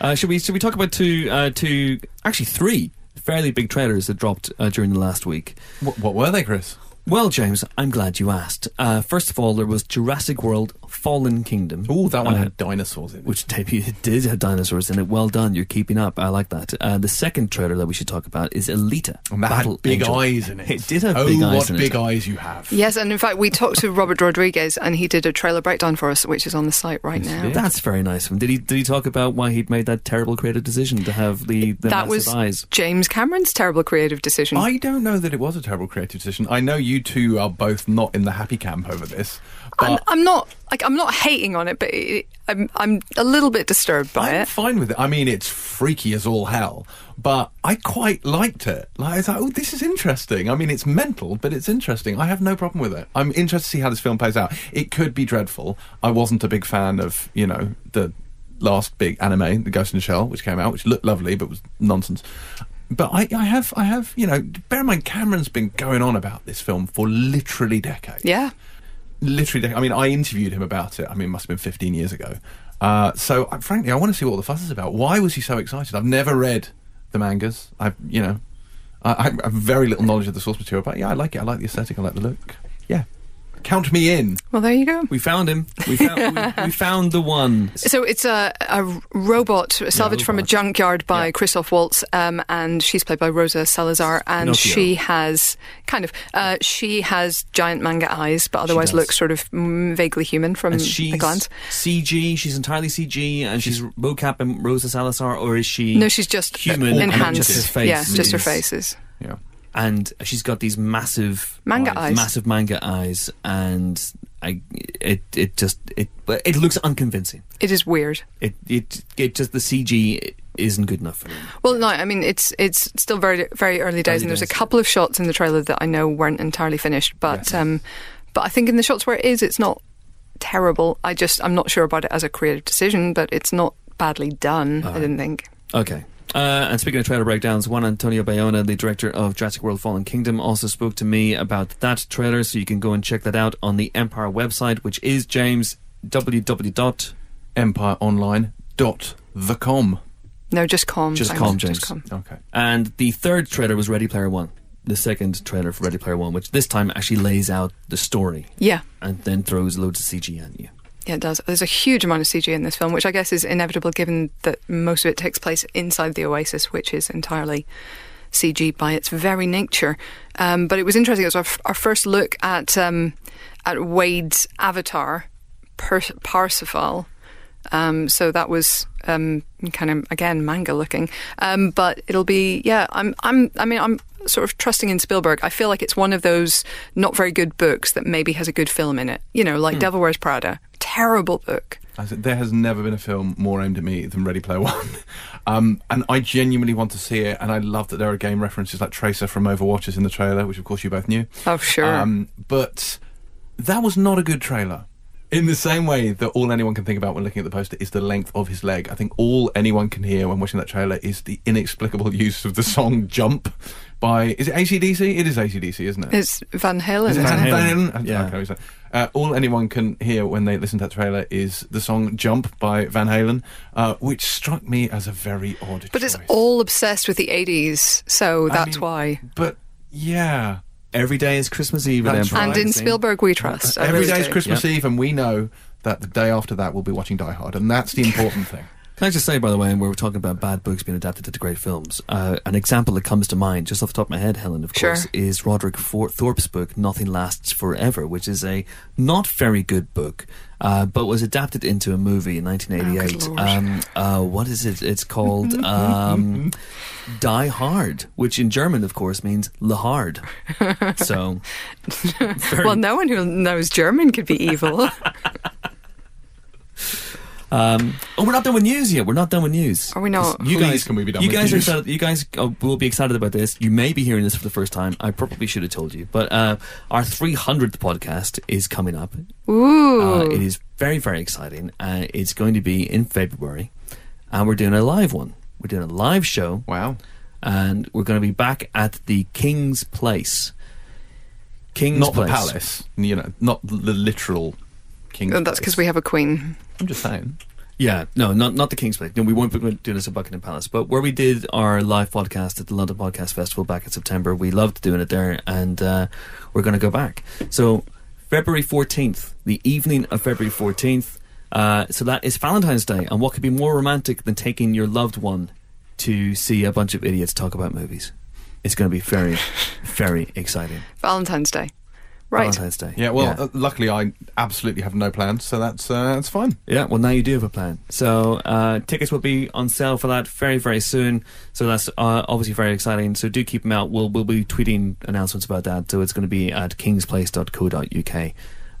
S1: Uh, should we should we talk about two uh, two actually three fairly big trailers that dropped uh, during the last week?
S3: what, what were they, Chris?
S1: Well, James, I'm glad you asked. Uh, first of all, there was Jurassic World: Fallen Kingdom.
S3: Oh, that one
S1: Uh,
S3: had dinosaurs in it.
S1: which debuted did *laughs* have dinosaurs in it. Well done, you're keeping up. I like that. Uh, the second trailer that we should talk about is Elita.
S3: and that
S1: Battle
S3: had big
S1: Angel.
S3: eyes in it.
S1: It did have
S3: oh,
S1: big eyes
S3: what
S1: in it.
S3: big eyes you have.
S2: Yes, and in fact, we talked to Robert Rodriguez, and he did a trailer breakdown for us, which is on the site right now.
S1: That's very nice of him. Did he did he talk about why he'd made that terrible creative decision to have the, the
S2: that
S1: massive
S2: was
S1: eyes?
S2: James Cameron's terrible creative decision.
S3: I don't know that it was a terrible creative decision. I know you two are both not in the happy camp over this, but
S2: I'm, I'm not like I'm not hating on it, but it, I'm I'm a little bit disturbed by
S3: I'm
S2: it.
S3: fine with it. I mean, it's freaky as all hell, but I quite liked it. Like, I was like, oh, this is interesting. I mean, it's mental, but it's interesting. I have no problem with it. I'm interested to see how this film plays out. It could be dreadful. I wasn't a big fan of, you know, the last big anime, The Ghost in the Shell, which came out, which looked lovely, but was nonsense. But I, I have, I have, you know, bear in mind, Cameron's been going on about this film for literally decades
S2: Yeah,
S3: literally, dec- I mean, I interviewed him about it. I mean, it must have been 15 years ago. Uh, so, I, frankly, I want to see what all the fuss is about. Why was he so excited? I've never read the mangas. I, you know, I, I have very little knowledge of the source material, but yeah, I like it. I like the aesthetic. I like the look. Yeah, count me in.
S2: well there you go.
S1: We found him. We found,
S2: *laughs*
S1: we, we found the one.
S2: So it's a, a robot salvaged from a
S1: robot.
S2: junkyard by
S1: Yeah.
S2: Christoph Waltz, um, and she's played by Rosa Salazar, and
S1: Pinocchio.
S2: she has kind of uh, she has giant manga eyes, but otherwise
S1: does.
S2: looks sort of mm, vaguely human from
S1: And
S2: a
S1: she's
S2: glance.
S1: CG. She's entirely CG, and she's mocap and Rosa Salazar, or is she?
S2: No, she's just
S1: human,
S2: enhanced.
S1: just her face
S2: yeah, just her
S1: is-
S2: faces.
S3: Yeah.
S1: and she's got these massive
S2: Manga eyes.
S1: massive manga eyes, and I, it it just it but it looks unconvincing.
S2: It is weird.
S1: It it it just the CG isn't good enough for me.
S2: Well, no, I mean it's it's still very very early days,
S1: Early
S2: and there's a
S1: days, yeah.
S2: couple of shots in the trailer that I know weren't entirely finished, but um, but I think in the shots where it is, it's not terrible. I just I'm not sure about it as a creative decision, but it's not badly done. I didn't think.
S1: Okay. Uh, and speaking of trailer breakdowns, Juan Antonio Bayona, the director of Jurassic World Fallen Kingdom, also spoke to me about that trailer, so you can go and check that out on the Empire website, which is James www. dot
S3: EmpireOnline.com.
S2: No, just calm.
S1: Just
S2: thanks.
S1: calm, James.
S2: Just calm.
S3: Okay.
S1: And the third trailer was Ready Player One, the second trailer for Ready Player One, which this time actually lays out the story
S2: Yeah.
S1: and then throws loads of CG at you.
S2: Yeah, it does. There's a huge amount of CG in this film, which I guess is inevitable given that most of it takes place inside the Oasis, which is entirely CG by its very nature. Um, but it was interesting. It was our, f- our first look at um, at Wade's avatar, Pers- Parsifal. Um, so that was um, kind of again manga looking, um, but it'll be yeah. I'm I'm I mean I'm sort of trusting in Spielberg. I feel like it's one of those not very good books that maybe has a good film in it. You know,
S3: Hmm.
S2: like Devil Wears Prada, terrible book.
S3: I said, there has never been a film more aimed at me than Ready Player One. *laughs* Um, and I genuinely want to see it. And I love that there are game references like Tracer from Overwatch is in the trailer, which of course you both knew.
S2: Oh sure,
S3: Um, but that was not a good trailer. In the same way that all anyone can think about when looking at the poster is the length of his leg, I think all anyone can hear when watching that trailer is the inexplicable *laughs* use of the song Jump by. Is it ACDC? It is ACDC, isn't it?
S2: it's Van Halen.
S3: Is it
S2: isn't
S1: Van
S2: it?
S1: Halen?
S3: Halen?
S1: Yeah.
S3: I can't always say. Uh, all anyone can hear when they listen to that trailer is the song Jump by Van Halen, uh, which struck me as a very odd
S2: But it's
S3: choice.
S2: all obsessed with the 80s, so
S3: I
S2: that's
S3: mean,
S2: why.
S3: But yeah.
S1: Every day is Christmas Eve at
S3: That's
S1: Empire.
S3: right.
S2: And in
S1: Magazine.
S2: Spielberg we trust. I
S3: Every
S2: really
S3: day is
S2: do.
S3: Christmas Eve, and we know that the day after that we'll be watching Die Hard, and that's the important thing.
S1: Can I just say, by the way, and we were talking about bad books being adapted into great films, uh, an example that comes to mind, just off the top of my head, Helen, of
S2: Sure.
S1: course, is Roderick For- Thorpe's book, Nothing Lasts Forever, which is a not very good book, uh, but was adapted into a movie in 1988.
S2: Oh, good
S1: um, uh, what is it? It's
S2: *laughs*
S1: called um, Die Hard, which in German, of course, means Le
S2: *laughs*
S1: Hard. So, very
S2: Well, no one who knows German could be
S3: *laughs*
S2: evil.
S1: Um, oh, we're not done with news yet. We're not done with news.
S2: Are we not?
S1: You
S3: Please,
S1: guys,
S3: can we be done
S1: you
S3: with
S1: guys
S3: news?
S1: Are excited, you guys uh, will be excited about this. You may be hearing this for the first time. I probably should have told you, but uh, our 300th podcast is coming up.
S2: Ooh.
S1: Uh, it is very, very exciting. Uh, it's going to be in February, and we're doing a live one. We're doing a live show,
S3: Wow.
S1: and we're going to be back at the King's Place. *laughs* King's
S3: Not
S1: Place.
S3: the palace, you know, not the literal king's.
S2: Oh, that's because we have a queen.
S3: I'm just saying.
S1: Yeah, no, not not the King's Place. No, we won't be doing this at Buckingham Palace. But where we did our live podcast at the London Podcast Festival back in September, we loved doing it there, and uh, we're going to go back. So February fourteenth, the evening of February fourteenth. Uh, so that is Valentine's Day, and what could be more romantic than taking your loved one to see a bunch of idiots talk about movies? It's going to be very, very exciting.
S2: Valentine's Day. Right.
S1: Valentine's Day.
S3: Yeah. Well, Uh, luckily I absolutely have no plans, so that's uh, that's fine.
S1: Yeah, well, now you do have a plan. So uh, tickets will be on sale for that very, very soon. So that's uh, obviously very exciting. So do keep them out. We'll we'll be tweeting announcements about that. So it's going to be at kingsplace.co.uk.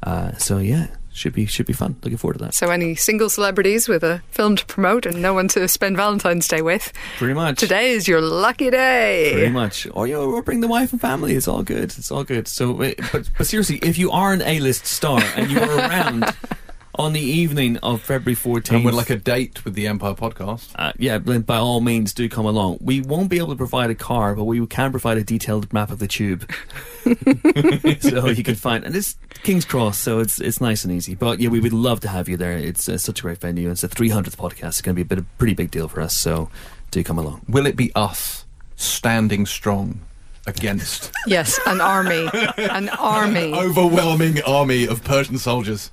S1: Uh, so yeah, should be should be fun. Looking forward to that.
S2: So, any single celebrities with a film to promote and no one to spend Valentine's Day with,
S1: Pretty much
S2: today is your lucky
S1: Pretty
S2: day.
S1: much, or you know, or bring the wife and family. It's all good. It's all good. So, uh, but but seriously, if you are an A-list star and you are around on the evening of February fourteenth,
S3: And we're like a date with the Empire podcast.
S1: uh, yeah, then by all means do come along. We won't be able to provide a car, but we can provide a detailed map of the tube, so you can find. And it's King's Cross, so it's it's nice and easy. But yeah, we would love to have you there. It's uh, such a great venue. It's the 300th podcast. It's going to be a bit a pretty big deal for us. So do come along.
S3: Will it be us standing strong
S1: *laughs*
S3: against
S2: Yes, an army. An army.
S3: an overwhelming army of Persian soldiers?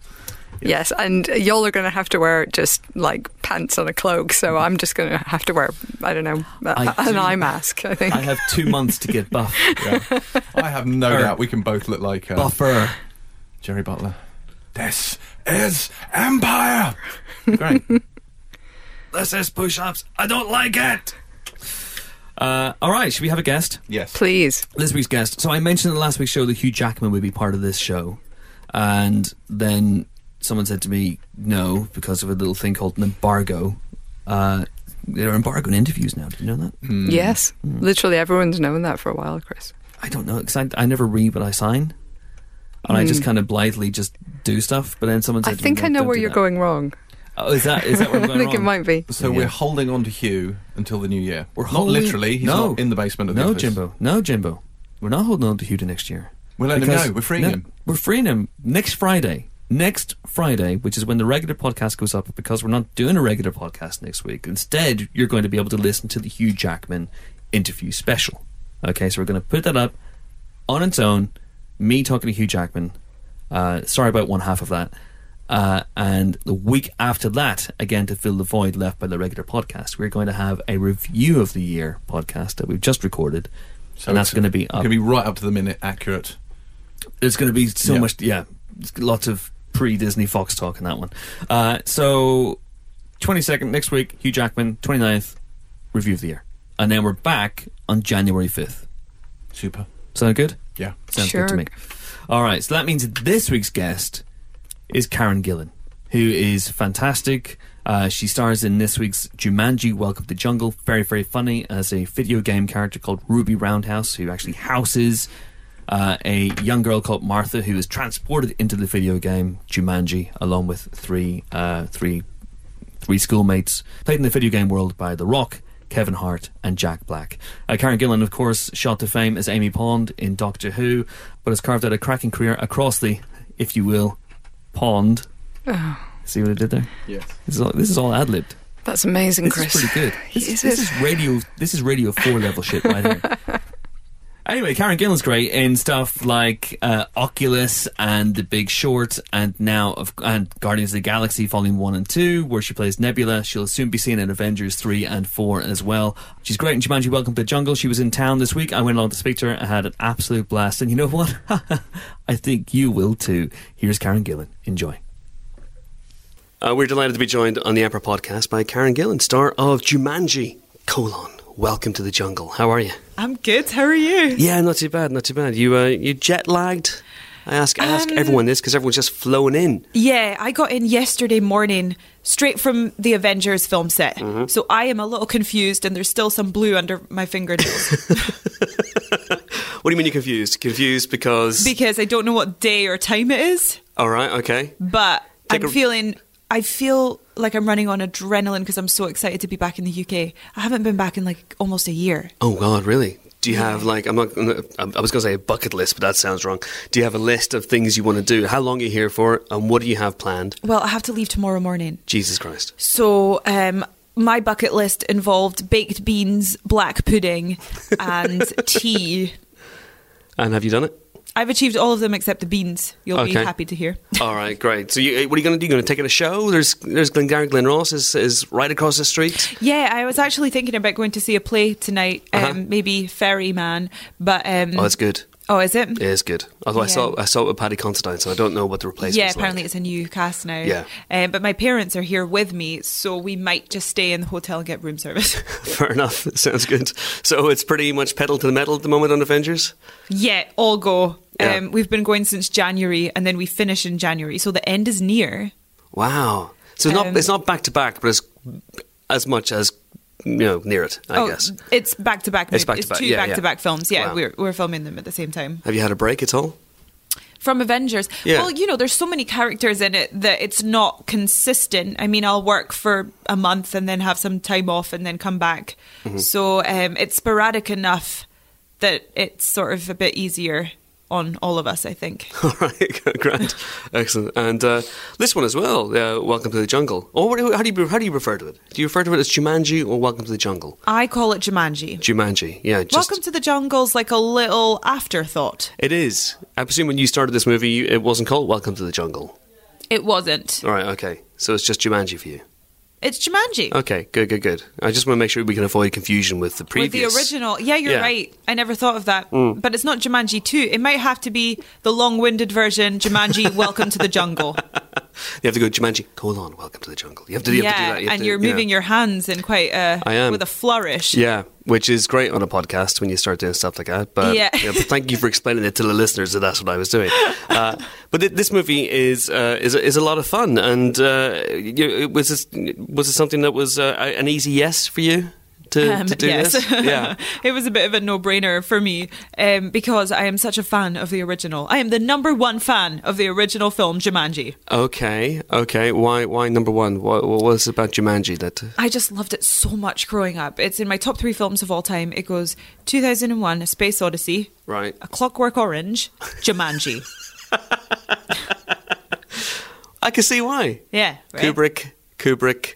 S2: Yes, and y'all are going to have to wear just like pants and a cloak. So, I'm just going to have to wear, I don't know, a-
S1: I
S2: an
S1: do-
S2: eye mask, I think.
S1: I have two months to get buff.
S3: Yeah. I have no
S1: Er.
S3: doubt we can both look like uh,
S1: Buffer.
S3: Jerry Butler. This is Empire.
S1: *laughs*
S3: Great.
S1: This is push-ups. I don't like it. Uh, all right, should we have a guest?
S3: yes.
S2: Please.
S1: this week's guest. So I mentioned in last week's show that Hugh Jackman would be part of this show, and then someone said to me no because of a little thing called an embargo. Uh, they're embargoing interviews now. Do you know that?
S3: Hmm.
S2: Yes.
S1: Hmm.
S2: Literally everyone's known that for a while, Chris.
S1: I don't know because I, I never read what I sign,
S3: Hmm.
S1: and I just kind of blithely just do stuff. But then someone said,
S2: I
S1: to me,
S2: think
S1: "No,
S2: I know
S1: don't
S2: where
S1: do
S2: you're
S1: that."
S2: going wrong.
S1: Oh, is that is that
S2: *laughs*
S1: where we're
S2: I
S1: going
S2: think it
S1: wrong?
S2: might be.
S3: So we're holding on to Hugh until the new year. We're not
S1: holding-
S3: literally. He's
S1: no.
S3: not in the basement of the
S1: No,
S3: office.
S1: Jimbo. No, Jimbo. We're not holding on to Hugh to next year.
S3: We're letting him
S1: Because-
S3: go. We're freeing him.
S1: We're freeing him next Friday. Next Friday, which is when the regular podcast goes up, because we're not doing a regular podcast next week. Instead, you're going to be able to listen to the Hugh Jackman interview special. Okay, so we're going to put that up on its own. Me talking to Hugh Jackman. Uh, sorry about one half of that. Uh, and the week after that, again to fill the void left by the regular podcast, we're going to have a review of the year podcast that we've just recorded, and that's
S3: it's
S1: going to be up
S3: Gonna be right up to the minute accurate.
S1: there's going to be so
S3: Yeah.
S1: much, yeah, it's lots of pre Disney Fox talk in that one. Uh, so, 22nd next week, Hugh Jackman, 29th, review of the year. And then we're back on January 5th.
S3: Super.
S1: Sound good?
S3: Yeah.
S1: Sounds
S2: Sure.
S1: good to me. All right, so that means this week's guest is Karen Gillan, who is fantastic. Uh, she stars in this week's Jumanji Welcome to Jungle, very, very funny, as a video game character called Ruby Roundhouse, who actually houses uh, a young girl called Martha, who is transported into the video game Jumanji, along with three, uh, three, three schoolmates, played in the video game world by The Rock, Kevin Hart, and Jack Black. Uh, Karen Gillan, of course, shot to fame as Amy Pond in Doctor Who, but has carved out a cracking career across the, if you will, pond. See what I did there?
S3: Yes.
S1: This is all, this is all ad libbed.
S2: That's amazing,
S1: This
S2: Chris.
S1: is pretty *laughs* good. This,
S2: Is
S1: this
S2: it?
S1: is radio. This is radio four level shit right here. *laughs* Anyway, Karen Gillan's great in stuff like uh, Oculus and The Big Short, and now of and Guardians of the Galaxy Volume One and Two, where she plays Nebula. She'll soon be seen in Avengers Three and Four as well. She's great in Jumanji: Welcome to the Jungle. She was in town this week. I went along to speak to her. I had an absolute blast, and you know what? *laughs* I think you will too. Here's Karen Gillan. Enjoy.
S5: Uh, we're delighted to be joined on the Emperor podcast by Karen Gillan, star of Jumanji, colon, Welcome to the Jungle. How are you?
S6: I'm good. How are you?
S5: Yeah, not too bad, not too bad. You uh, you jet lagged? I ask I ask
S6: Um,
S5: everyone this because everyone's just flown in.
S6: Yeah, I got in yesterday morning straight from the Avengers film set.
S5: Mm-hmm.
S6: So I am a little confused and there's still some blue under
S5: *laughs*
S6: my fingernails
S5: What do you mean you're confused? Confused because...
S6: because I don't know what day or time it is,
S5: All right, okay.
S6: but
S5: Take
S6: I'm
S5: a-
S6: feeling I feel like I'm running on adrenaline because I'm so excited to be back in the UK. I haven't been back in like almost a year.
S5: Oh, God, really? Do you have, like, I'm not, I'm- I was going to say a bucket list, but that sounds wrong. Do you have a list of things you want to do? How long are you here for? And what do you have planned?
S6: Well, I have to leave tomorrow morning.
S5: Jesus Christ.
S6: So, um, my bucket list involved baked beans, black pudding, and
S5: *laughs*
S6: tea.
S5: And have you done it?
S6: I've achieved all of them except the beans. You'll
S5: Okay.
S6: be happy to hear.
S5: All right, great. So, you, eh, what are you going to do? You're going to take it a show? There's there's Glengarry Glen Ross is, is right across the street.
S6: *laughs* Yeah, I was actually thinking about going to see a play tonight, um,
S5: Uh-huh.
S6: maybe Ferryman, but um,
S5: Oh, that's good.
S6: Oh, is it?
S5: It is good. Although I saw
S6: Yeah.
S5: I saw it with Paddy Considine, so I don't know what the replacement.
S6: Yeah, apparently it's a new cast now.
S5: Yeah.
S6: um, but my parents are here with me, so we might just stay in the hotel and get room service. *laughs*
S5: it's *laughs* fair enough. Sounds good. So it's pretty much pedal to the metal at the moment on Avengers.
S6: yeah, all go.
S5: Yeah.
S6: Um, we've been going since January, and then we finish in January, so the end is near.
S5: Wow. So it's not
S6: Um,
S5: it's not back to back, but it's as much as you know near it.
S6: oh,
S5: I guess.
S6: it's back to back.
S5: It's back to back,
S6: two
S5: yeah, yeah.
S6: back to back films. Yeah,
S5: Wow.
S6: we're we're filming them at the same time.
S5: Have you had a break at all?
S6: from Avengers.
S5: Yeah.
S6: Well, you know, there's so many characters in it that it's not consistent. I mean, I'll work for a month and then have some time off and then come back.
S5: Mm-hmm.
S6: So um, it's sporadic enough that it's sort of a bit easier on all of us, I think.
S5: *laughs* All right, grand, excellent. And uh, this one as well. Uh, Welcome to the Jungle. Or what, how do you how do you refer to it? Do you refer to it as Jumanji or Welcome to the Jungle?
S6: I call it Jumanji.
S5: Jumanji. Yeah. Just,
S6: Welcome to the Jungle's like a little afterthought.
S5: It is. I presume when you started this movie, you, it wasn't called Welcome to the Jungle.
S6: It wasn't.
S5: All right, okay. So it's just Jumanji for you.
S6: It's Jumanji.
S5: Okay, good, good, good. I just want to make sure we can avoid confusion with the
S6: With the
S5: previous.
S6: original. Yeah, you're
S5: Yeah. Mm.
S6: right. I never thought of that. But it's not Jumanji 2. It might have to be the long winded
S5: *laughs*
S6: version Jumanji Welcome to the Jungle.
S5: *laughs* You have to go Jumanji. Colon, Welcome to the Jungle. You have to, you have to do
S6: yeah,
S5: that. You have
S6: and
S5: to-
S6: you're moving
S5: yeah.
S6: your hands in quite a
S5: I am.
S6: with a flourish.
S5: Yeah, which is great on a podcast when you start doing stuff like that. But,
S6: Yeah.
S5: but thank you for explaining it to the listeners that that's what I was doing. Uh, but th- this movie is uh, is is a lot of fun, and uh, you, was this was it something that was uh, an easy yes for you? to,
S6: Um,
S5: to do
S6: yes. *laughs*
S5: this? Yeah.
S6: it was a bit of a no-brainer for me um, because I am such a fan of the original. I am the number one fan of the original film Jumanji.
S5: Okay. Okay. Why? Why number one? What, what was it about Jumanji that?
S6: I just loved it so much growing up. It's in my top three films of all time. It goes 2001: A Space Odyssey,
S5: Right.
S6: A Clockwork Orange,
S5: *laughs*
S6: Jumanji.
S5: I can see why.
S6: yeah, right?
S5: Kubrick. Kubrick.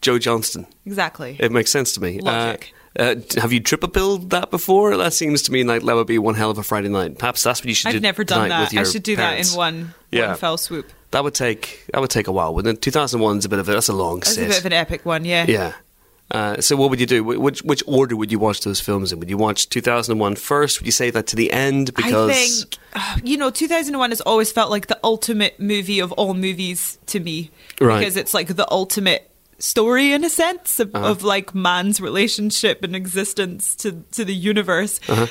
S5: Joe Johnston.
S6: Exactly.
S5: It makes sense to me.
S6: Logic.
S5: Uh, uh, d- have you triple billed that before? That seems to me like that would be one hell of a Friday night. Perhaps that's what you should do.
S6: I've never done
S5: tonight with
S6: that. I
S5: your
S6: should do
S5: parents.
S6: that in one,
S5: Yeah.
S6: one fell swoop.
S5: That would take that would take a while, wouldn't it? Two thousand one is a bit of a, that's a long
S6: That's
S5: sit.
S6: a bit of an epic one, yeah.
S5: yeah. Uh, so what would you do? Wh- Which which order would you watch those films in? Would you watch 2001 first? Would you save that to the end because
S6: I think uh, you know 2001 has always felt like the ultimate movie of all movies to me
S5: Right.
S6: because it's like the ultimate story in a sense of,
S5: Uh-huh.
S6: of like man's relationship and existence to to the universe.
S5: Uh-huh.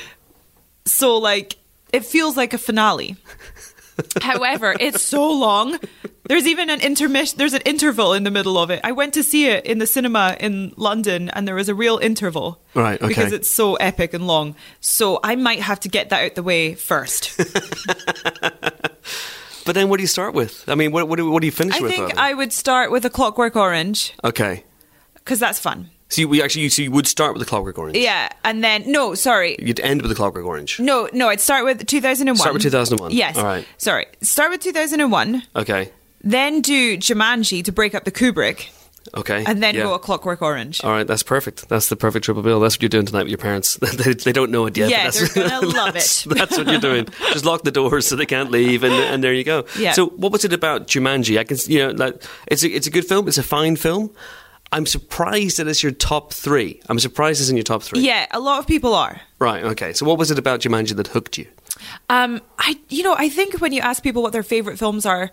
S6: So like it feels like a finale. However, it's so long. There's even an intermission. There's an interval in the middle of it. I went to see it in the cinema in London, and there was a real interval.
S5: Right, okay.
S6: Because it's so epic and long. So I might have to get that out the
S5: *laughs*
S6: way first.
S5: But then what do you start with? I mean, what what do, what do you finish
S6: I
S5: with?
S6: think
S5: rather?
S6: I would start with a Clockwork Orange
S5: okay.
S6: because that's fun.
S5: So you, we actually so you would start with the Clockwork Orange.
S6: Yeah, and then no, sorry,
S5: You'd end with the Clockwork Orange.
S6: no, no. I'd start with 2001.
S5: Start with 2001.
S6: Yes.
S5: All right.
S6: Sorry. Start with 2001.
S5: Okay.
S6: Then do Jumanji to break up the Kubrick,
S5: Okay.
S6: and then
S5: Yeah.
S6: go a Clockwork Orange.
S5: All right, that's perfect. That's the perfect triple bill. That's what you're doing tonight with your parents. *laughs* they, they don't know it yet.
S6: Yeah,
S5: but that's, *laughs*
S6: they're gonna love
S5: that's-
S6: it.
S5: That's what you're
S6: *laughs*
S5: doing. Just lock the doors so they can't leave, and, and there you go.
S6: Yeah.
S5: So, what was it about Jumanji? I can, s- you know, like, it's a, it's a good film. It's a fine film. I'm surprised that it's your top three. I'm surprised it's in your top three.
S6: Yeah, a lot of people are.
S5: Right. Okay. So, what was it about Jumanji that hooked you?
S6: Um, I, you know, I think when you ask people what their favorite films are,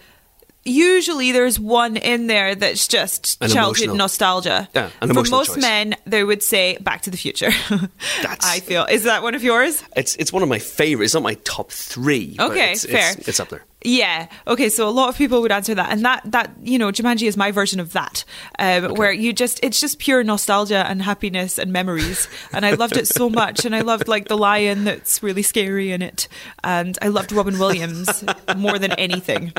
S6: usually there's one in there that's just
S5: An
S6: childhood
S5: emotional-
S6: nostalgia.
S5: Yeah, an
S6: For
S5: emotional
S6: most
S5: choice.
S6: men, they would say Back to the Future. *laughs*
S5: That's-
S6: I feel is that one of yours?
S5: It's it's one of my favorites. It's not my top three. but
S6: Okay,
S5: it's,
S6: fair.
S5: It's, it's up there.
S6: Yeah. Okay. So a lot of people would answer that, and that that you know, Jumanji is my version of that, um, where you just it's just pure nostalgia and happiness and memories, and I loved it so much, and I loved like the lion that's really scary in it, and I loved Robin Williams more than anything.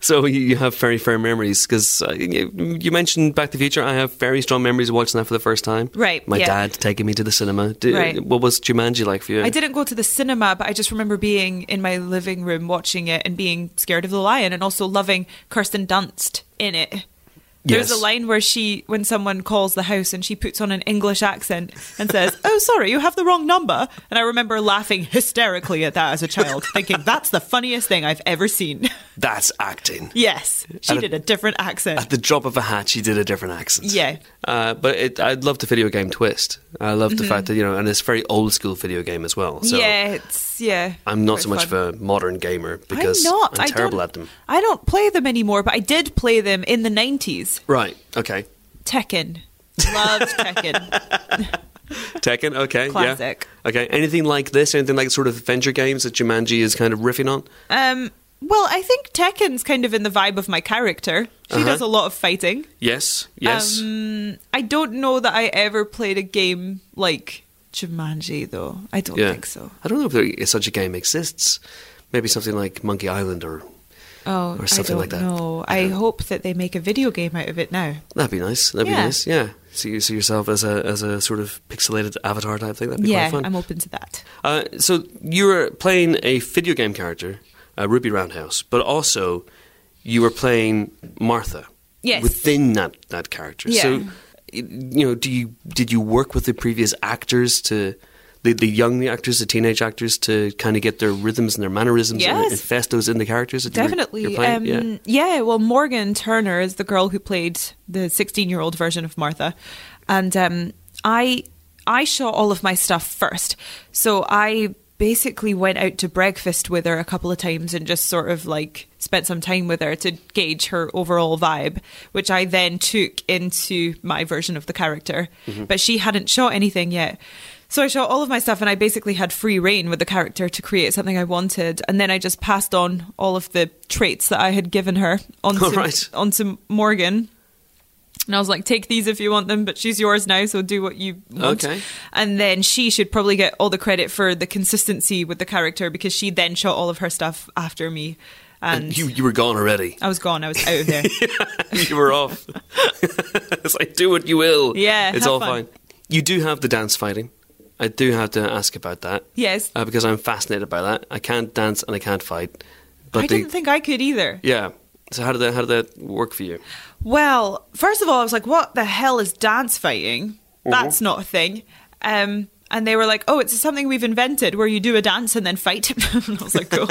S5: So you- you have very fair memories because uh, you, you mentioned Back to the Future. I have very strong memories of watching that for the first time.
S6: Right,
S5: My
S6: yeah.
S5: dad taking me to the cinema. Did,
S6: Right.
S5: What was Jumanji like for you?
S6: I didn't go to the cinema, but I just remember being in my living room watching it and being scared of the lion and also loving Kirsten Dunst in it. There's
S5: Yes.
S6: a line where she, when someone calls the house and she puts on an English accent and says, Oh, sorry, you have the wrong number. And I remember laughing hysterically at that as a child, thinking, That's the funniest thing I've ever seen. *laughs*
S5: That's acting.
S6: yes, she
S5: And a-
S6: did a different accent.
S5: At the drop of a hat, she did a different accent.
S6: Yeah.
S5: Uh, but it, I love the video game twist. I love the fact that, you know, and it's very old school video game as well. So
S6: Mm-hmm. yeah, it's, yeah.
S5: I'm not
S6: quite
S5: so much
S6: fun.
S5: of a modern gamer because
S6: I'm not.
S5: I'm
S6: I
S5: terrible
S6: don't-
S5: at them.
S6: I don't play them anymore, but I did play them in the 90s.
S5: Right. Okay.
S6: Tekken.
S5: *laughs*
S6: Love Tekken.
S5: Tekken. Okay. yeah.
S6: Classic.
S5: Okay. Anything like this? Anything like sort of adventure games that Jumanji is kind of riffing on?
S6: Um, well, I think Tekken's kind of in the vibe of my character. She does a
S5: Uh-huh.
S6: lot of fighting.
S5: Yes. Yes.
S6: Um, I don't know that I ever played a game like Jumanji, though. I don't think so.
S5: I don't know if there is such a game exists. Maybe something like Monkey Island or
S6: Oh,
S5: Or something
S6: I
S5: like
S6: don't
S5: that.
S6: know. I hope that they make a video game out of it now.
S5: that'd be nice. That'd be
S6: Yeah.
S5: nice. Yeah. See, you see yourself as a as a sort of pixelated avatar type thing. That'd be
S6: yeah,
S5: quite
S6: I'm
S5: fun.
S6: open to that.
S5: uh, so you were playing a video game character, uh, Ruby Roundhouse, but also you were playing Martha.
S6: Yes.
S5: Within that that character. So
S6: Yeah.
S5: y- you know, do you did you work with the previous actors to the, the young actors, the teenage actors, to kind of get their rhythms and their mannerisms and
S6: Yes.
S5: infest those in the characters. that you were-
S6: Definitely.
S5: you're playing? Yeah.
S6: um, yeah. Well, Morgan Turner is the girl who played the 16 year old version of Martha, and um, I I shot all of my stuff first, so I basically went out to breakfast with her a couple of times and just sort of like spent some time with her to gauge her overall vibe which i then took into my version of the character
S5: Mm-hmm.
S6: but she hadn't shot anything yet so I shot all of my stuff, and I basically had free reign with the character to create something I wanted, and then I just passed on all of the traits that I had given her onto
S5: All right.
S6: onto Morgan, And I was like, take these if you want them, but she's yours now, so do what you want.
S5: Okay.
S6: And then she should probably get all the credit for the consistency with the character because she then shot all of her stuff after me. And
S5: You, you were gone already.
S6: I was gone. I was out of there.
S5: you were off. *laughs* it's like, do what you will.
S6: Yeah,
S5: It's
S6: have
S5: all
S6: fun.
S5: fine. You do have the dance fighting. I do have to ask about that.
S6: Yes.
S5: Uh, because I'm fascinated by that. I can't dance and I can't fight. *laughs* But
S6: I
S5: the-
S6: didn't think I could either.
S5: Yeah. So how did that how did that work for you?
S6: Well, first of all, I was like, what the hell is dance fighting?
S5: Uh-huh.
S6: That's not a thing. Um, and they were like, oh, it's something we've invented where you do a dance and then fight. *laughs* and I was like,
S5: *laughs*
S6: cool.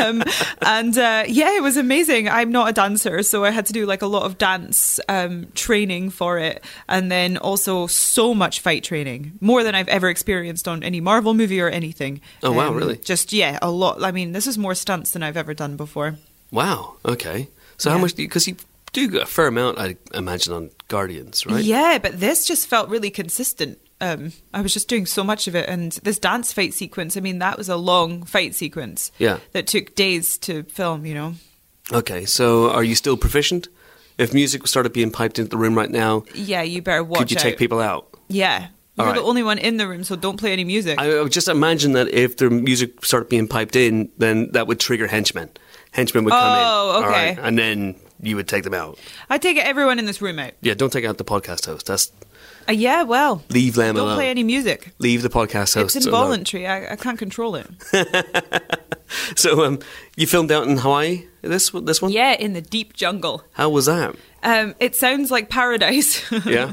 S6: um, and uh, yeah, it was amazing. I'm not a dancer, so I had to do like a lot of dance um, training for it. And then also so much fight training, more than I've ever experienced on any Marvel movie or anything.
S5: Oh,
S6: Um,
S5: wow, really?
S6: Just, yeah, a lot. I mean, this is more stunts than I've ever done before.
S5: Wow. Okay. So how
S6: Yeah.
S5: much do you because you do get a fair amount, I imagine, on Guardians, right?
S6: Yeah, but this just felt really consistent. Um, I was just doing so much of it, and this dance fight sequence. I mean, that was a long fight sequence.
S5: Yeah.
S6: that took days to film. You know.
S5: Okay. So are you still proficient? If music started being piped into the room right now,
S6: Yeah, you better watch.
S5: could you take
S6: out.
S5: people out?
S6: Yeah,
S5: All right.
S6: you're the only one in the room, so don't play any music.
S5: I I would just imagine that if the music started being piped in, then that would trigger henchmen. Henchmen would come in.
S6: Oh,
S5: all right,
S6: okay.
S5: and then you would take them out.
S6: I take everyone in this room out.
S5: Yeah, don't take out the podcast host. That's
S6: Uh, yeah, well,
S5: leave them
S6: don't
S5: alone.
S6: play any music.
S5: leave the podcast host.
S6: It's involuntary. I, I can't control it.
S5: So, um, you filmed out in Hawaii. This one- this one.
S6: yeah, in the deep jungle.
S5: How was that?
S6: Um, it sounds like paradise. *laughs*
S5: Yeah.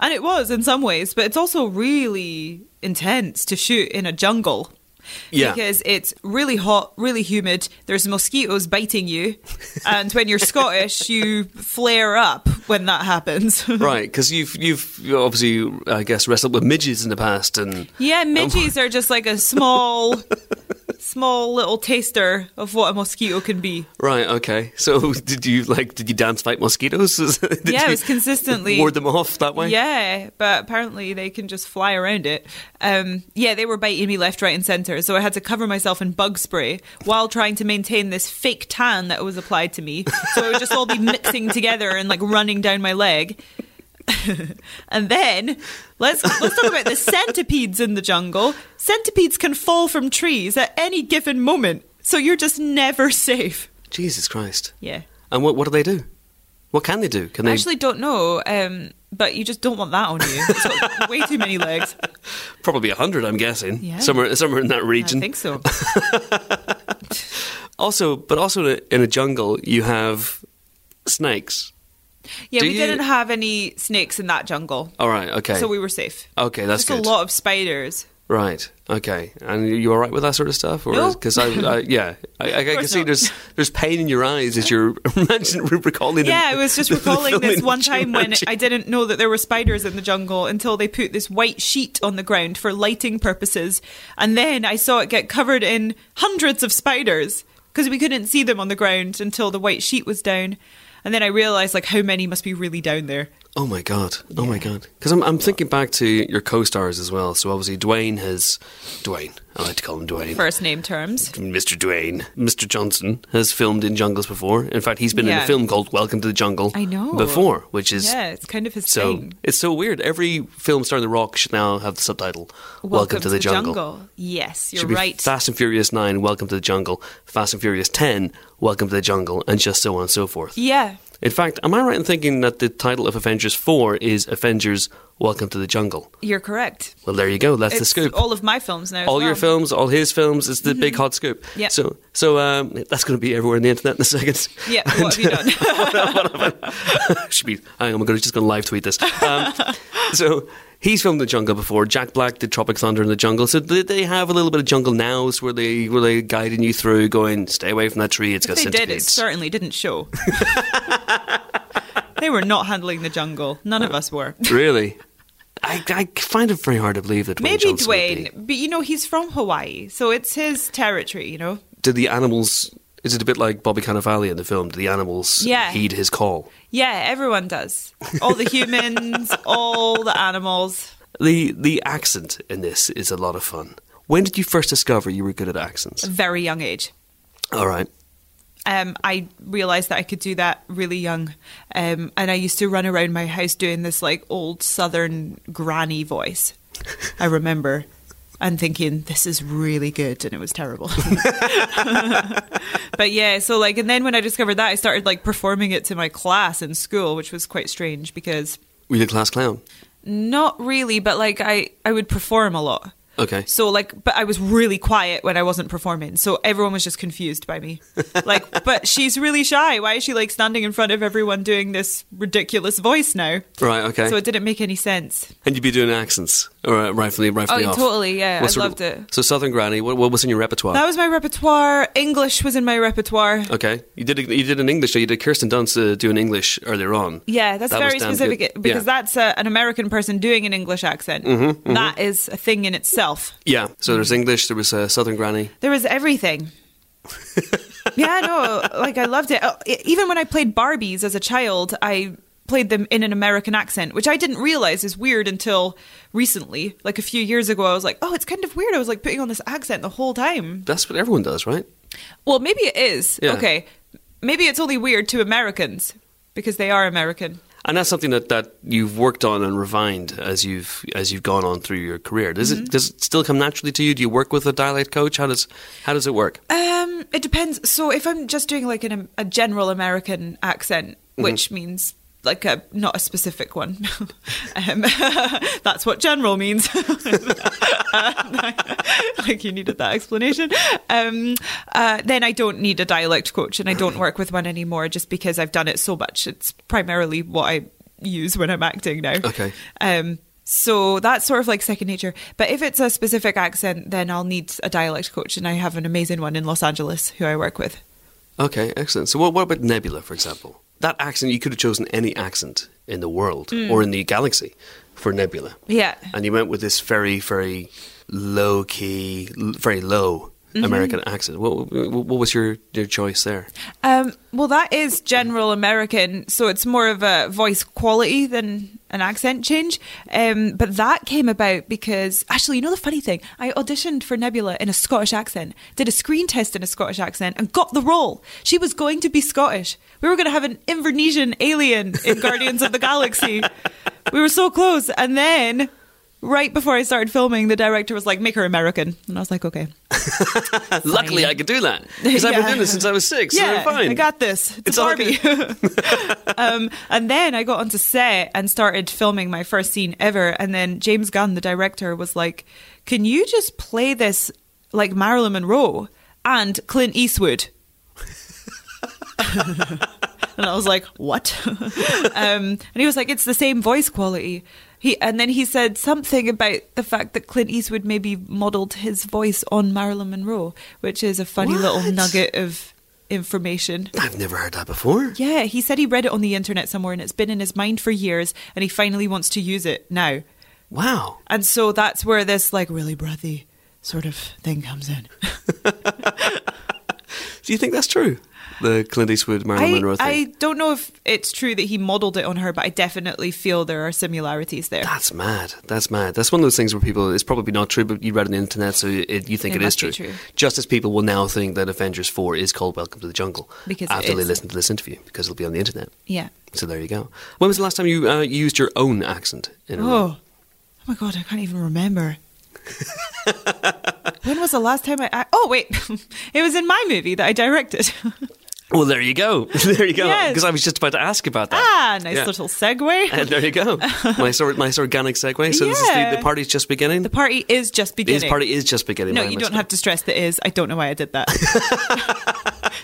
S6: and it was in some ways, but it's also really intense to shoot in a jungle.
S5: Yeah.
S6: Because it's really hot, really humid. There's mosquitoes biting you, and when you're Scottish, you flare up when that happens. *laughs*
S5: Right, because you've you've you obviously I guess wrestled with midges in the past, and
S6: yeah,
S5: *laughs*
S6: midges are just like a small, small little taster of what a mosquito can be.
S5: right, okay. So *laughs* did you like did you dance fight mosquitoes? *laughs* did
S6: Yeah, it
S5: you
S6: was consistently-
S5: ward them off that way.
S6: Yeah, but apparently they can just fly around it. Um, yeah, they were biting me left, right, and center, so I had to cover myself in bug spray while trying to maintain this fake tan that was applied to me. So it would just all be mixing together and like running down my leg. *laughs* and then let's let's talk about the centipedes in the jungle. Centipedes can fall from trees at any given moment, so you're just never safe.
S5: Jesus Christ!
S6: Yeah.
S5: And what what do they do? What can they do? Can
S6: I
S5: they
S6: actually don't know, um, but you just don't want that on you. It's got way too many legs.
S5: probably a hundred? I'm guessing
S6: Yeah.
S5: somewhere somewhere in that region.
S6: I
S5: *laughs*
S6: think so.
S5: Also, but also in a- in a jungle you have snakes.
S6: Yeah,
S5: Do
S6: we
S5: you-
S6: didn't have any snakes in that jungle,
S5: All right, okay,
S6: so we were safe.
S5: okay, that's
S6: Just
S5: good.
S6: a lot of spiders.
S5: Right. Okay. And you- you all right with that sort of stuff? Or
S6: No.
S5: Because I,
S6: *laughs*
S5: I, yeah, I, I, I can
S6: course
S5: see
S6: not.
S5: there's there's pain in your eyes as you're *laughs* imagine recalling.
S6: Yeah,
S5: the-
S6: I was
S5: *laughs*
S6: just
S5: the- the
S6: recalling this
S5: filming
S6: one
S5: of
S6: time when
S5: Jumanji.
S6: I didn't know that there were spiders in the jungle until they put this white sheet on the ground for lighting purposes, and then I saw it get covered in hundreds of spiders because we couldn't see them on the ground until the white sheet was down. And then I realized like how many must be really down there.
S5: Oh my god! Oh my god! Because I'm I'm thinking back to your co-stars as well. So obviously Dwayne has Dwayne. I like to call him Dwayne.
S6: First name terms.
S5: Mr. Dwayne, Mr. Johnson has filmed in jungles before. In fact, he's been in a
S6: Yeah.
S5: film called Welcome to the Jungle.
S6: I know.
S5: before, which is
S6: Yeah, it's kind of his
S5: So
S6: thing.
S5: it's so weird. Every film starring The Rock should now have the subtitle "Welcome, to the, jungle.
S6: Yes,
S5: Should
S6: you're
S5: be
S6: right.
S5: Fast and Furious Nine, Welcome to the Jungle. Fast and Furious Ten, Welcome to the Jungle, and just so on and so forth.
S6: Yeah.
S5: In fact, am I right in thinking that the title of Avengers Four is Avengers Welcome to the Jungle?
S6: You're correct.
S5: Well, there you go. That's the
S6: It's
S5: scoop.
S6: All of my films now. as
S5: All your
S6: well.
S5: films, all his films. It's the big hot scoop.
S6: Mm-hmm. Yeah.
S5: So, so um, that's going to be everywhere on the internet in a second. *laughs*
S6: Yeah. What have you done?
S5: should be. Hang on, I'm gonna, just going to live tweet this.
S6: *laughs*
S5: Um, so he's filmed the jungle before. Jack Black did Tropic Thunder in the jungle. So they, they have a little bit of jungle nows where they where they guiding you through, going stay away from that tree. It's got
S6: they did. It
S5: centipedes.
S6: certainly
S5: *laughs*
S6: didn't show. they were not handling the jungle. None of us were.
S5: really, I, I find it very hard to believe that. Dwayne
S6: Maybe
S5: Johnson would be-
S6: Dwayne, but you know he's from Hawaii, so it's his territory. You know.
S5: Did the animals? Is it a bit like Bobby Cannavale in the film? Do the animals
S6: Yeah.
S5: heed his call?
S6: Yeah, everyone does.
S5: *laughs*
S6: All the humans, all the animals.
S5: The the accent in this is a lot of fun. When did you first discover you were good at accents?
S6: Very young age.
S5: All right.
S6: um, I realized that I could do that really young. Um, and I used to run around my house doing this like old southern granny voice. I remember. And thinking this is really good, and it was terrible. *laughs* but yeah, so like, and then when I discovered that, I started like performing it to my class in school, which was quite strange because
S5: Were you a class clown?
S6: not really, but like I I would perform a lot.
S5: Okay.
S6: So like, but I was really quiet when I wasn't performing, so everyone was just confused by me.
S5: *laughs*
S6: Like, but she's really shy. Why is she like standing in front of everyone doing this ridiculous voice now?
S5: Right, okay.
S6: So it didn't make any sense.
S5: and you'd be doing accents, or uh, rightfully, rightfully
S6: Oh,
S5: off.
S6: totally, yeah, I
S5: sort of-
S6: loved it.
S5: So Southern Granny, what, what was in your repertoire?
S6: That was my repertoire. English was in my repertoire.
S5: okay, you did you did an English show. You did Kirsten Dunst uh, doing English earlier on.
S6: Yeah, that's
S5: That was
S6: very
S5: damn
S6: specific
S5: good.
S6: because
S5: Yeah. Mm-hmm,
S6: that's a, an American person doing an English accent. That is a thing in itself.
S5: Yeah. So there's English. There was uh, Southern Granny.
S6: There was everything. yeah, no, like I loved it. Uh, e- Even when I played Barbies as a child, I played them in an American accent, which I didn't realize is weird until recently. Like a few years ago, I was like, oh, it's kind of weird. I was like putting on this accent the whole time.
S5: That's what everyone does, right?
S6: Well, maybe it is.
S5: Yeah.
S6: Okay. Maybe it's only weird to Americans because they are American.
S5: And that's something that, that you've worked on and refined as you've as you've gone on through your career. Does
S6: Mm-hmm.
S5: it does it still come naturally to you? Do you work with a dialect coach? How does how does it work?
S6: Um, it depends. So if I'm just doing like an, a general American accent, which means like a not a specific one, *laughs* um, *laughs* that's what general means. *laughs* Uh, like you needed that explanation. Um, uh, then I don't need a dialect coach, and I don't work with one anymore, just because I've done it so much. It's primarily what I use when I'm acting now.
S5: Okay.
S6: Um, so that's sort of like second nature. But if it's a specific accent, then I'll need a dialect coach, and I have an amazing one in Los Angeles who I work with.
S5: Okay, excellent. So what what about Nebula, for example? That accent you could have chosen any accent in the world or in the galaxy for Nebula.
S6: Mm. Yeah.
S5: and you went with this very, very low key, l- very low
S6: Mm-hmm.
S5: American accent. What, what what was your, your choice there?
S6: Um, well, that is general American, so it's more of a voice quality than an accent change. Um, but that came about because actually, you know, the funny thing, I auditioned for Nebula in a Scottish accent, did a screen test in a Scottish accent, and got the role. She was going to be Scottish. We were going to have an Invernessian alien in Guardians of the Galaxy. We were so close, and then. Right before I started filming, the director was like, "Make her American," and I was like, "Okay,
S5: Luckily, I could do that because I've been
S6: *laughs* Yeah.
S5: doing this since I was six.
S6: yeah,
S5: so I'm fine.
S6: I got this.
S5: It's
S6: It's, a
S5: all
S6: Barbie. *laughs*
S5: *laughs*
S6: um, and then I got onto set and started filming my first scene ever. And then James Gunn, the director, was like, "Can you just play this like Marilyn Monroe and Clint Eastwood?" and I was like, *laughs* "What?" um, and he was like, "It's the same voice quality." He and then he said something about the fact that Clint Eastwood maybe modelled his voice on Marilyn Monroe, which is a funny little nugget of information.
S5: I've never heard that before.
S6: Yeah, he said he read it on the internet somewhere and it's been in his mind for years and he finally wants to use it now.
S5: Wow.
S6: And so that's where this like really breathy sort of thing comes in.
S5: Do you think that's true? The Clint Eastwood Marilyn
S6: I,
S5: Monroe thing.
S6: I don't know if it's true that he modeled it on her, but I definitely feel there are similarities there.
S5: That's mad. That's mad. That's one of those things where people, it's probably not true, but you read on the internet, so it, you think it
S6: It
S5: is
S6: must
S5: true.
S6: be true.
S5: Just as people will now think that Avengers 4 is called Welcome to the Jungle
S6: Because it
S5: after they
S6: is.
S5: listen to this interview, because it'll be on the internet.
S6: Yeah.
S5: So there you go. When was the last time you uh, used your own accent in a
S6: Oh.
S5: role?
S6: Oh my god, I can't even
S5: *laughs*
S6: remember. when was the last time I, I Oh wait. *laughs* it was in my movie that I directed. *laughs*
S5: Well, there you go. *laughs* there you go.
S6: Yes.
S5: Because I was just about to ask about that.
S6: ah, nice
S5: Yeah.
S6: little segue.
S5: And *laughs* there you
S6: *laughs*
S5: go. Nice, or- nice organic segue. So this is the,
S6: Yeah.
S5: the party's just beginning.
S6: the party is just beginning.
S5: This party is just beginning.
S6: No,
S5: my
S6: you don't
S5: mistake.
S6: have to stress the is. I don't know why
S5: *laughs*
S6: I did that.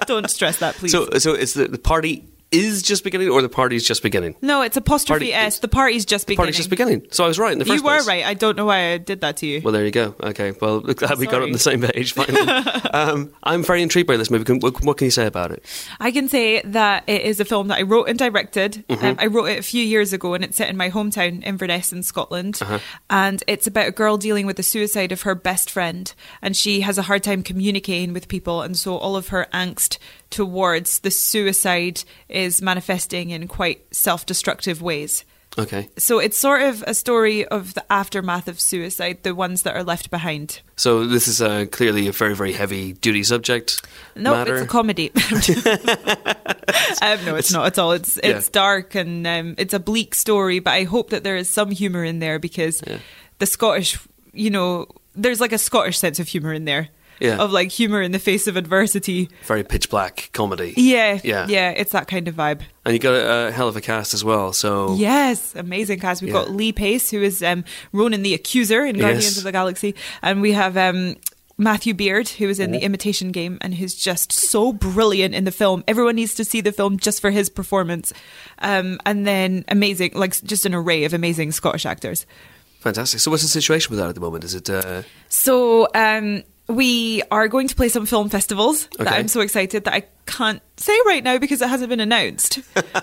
S6: don't stress that, please.
S5: So, so it's the, the party is just beginning, or the party's just beginning.
S6: no, it's apostrophe
S5: Party
S6: s.
S5: is-
S6: The party's just beginning.
S5: Party's just beginning. So I was right in the first
S6: You were
S5: place.
S6: right. I don't know why I did that to you.
S5: Well, there you go. Okay. Well, *laughs* look, glad we got on
S6: Sorry.
S5: the same page
S6: *laughs*
S5: finally. um, I'm very intrigued by this movie. Can- What, what can you say about it?
S6: I can say that it is a film that I wrote and directed.
S5: Mm-hmm.
S6: Um, I wrote it a few years ago, and it's set in my hometown, Inverness, in Scotland.
S5: Uh-huh.
S6: And it's about a girl dealing with the suicide of her best friend, and she has a hard time communicating with people, and so all of her angst towards the suicide is manifesting in quite self-destructive ways.
S5: Okay.
S6: So it's sort of a story of the aftermath of suicide, the ones that are left behind.
S5: So this is uh, clearly a very, very heavy duty subject
S6: No,
S5: matter.
S6: it's
S5: *laughs*
S6: a comedy. *laughs* um, no, it's not at all. It's
S5: Yeah.
S6: it's dark and um, it's a bleak story, but I hope that there is some humour in there because the Scottish, you know, there's like a Scottish sense of humour in there.
S5: Yeah.
S6: Of like humour in the face of adversity.
S5: very pitch black comedy.
S6: Yeah,
S5: Yeah.
S6: yeah. It's that kind of vibe.
S5: And you got a, a hell of a cast as well. So
S6: Yes, amazing cast. We've
S5: Yeah.
S6: got Lee Pace, who is um, Ronan the Accuser in Guardians
S5: Yes.
S6: of the Galaxy, and we have um, Matthew Beard, who is in The Imitation Game, and who's just so brilliant in the film. Everyone needs to see the film just for his performance. Um, and then amazing, like just an array of amazing Scottish actors.
S5: fantastic. So what's the situation with that at the moment? Is it uh,
S6: So um, we are going to play some film festivals that
S5: Okay.
S6: I'm so excited that I can't say right now because it hasn't
S5: *laughs*
S6: been announced.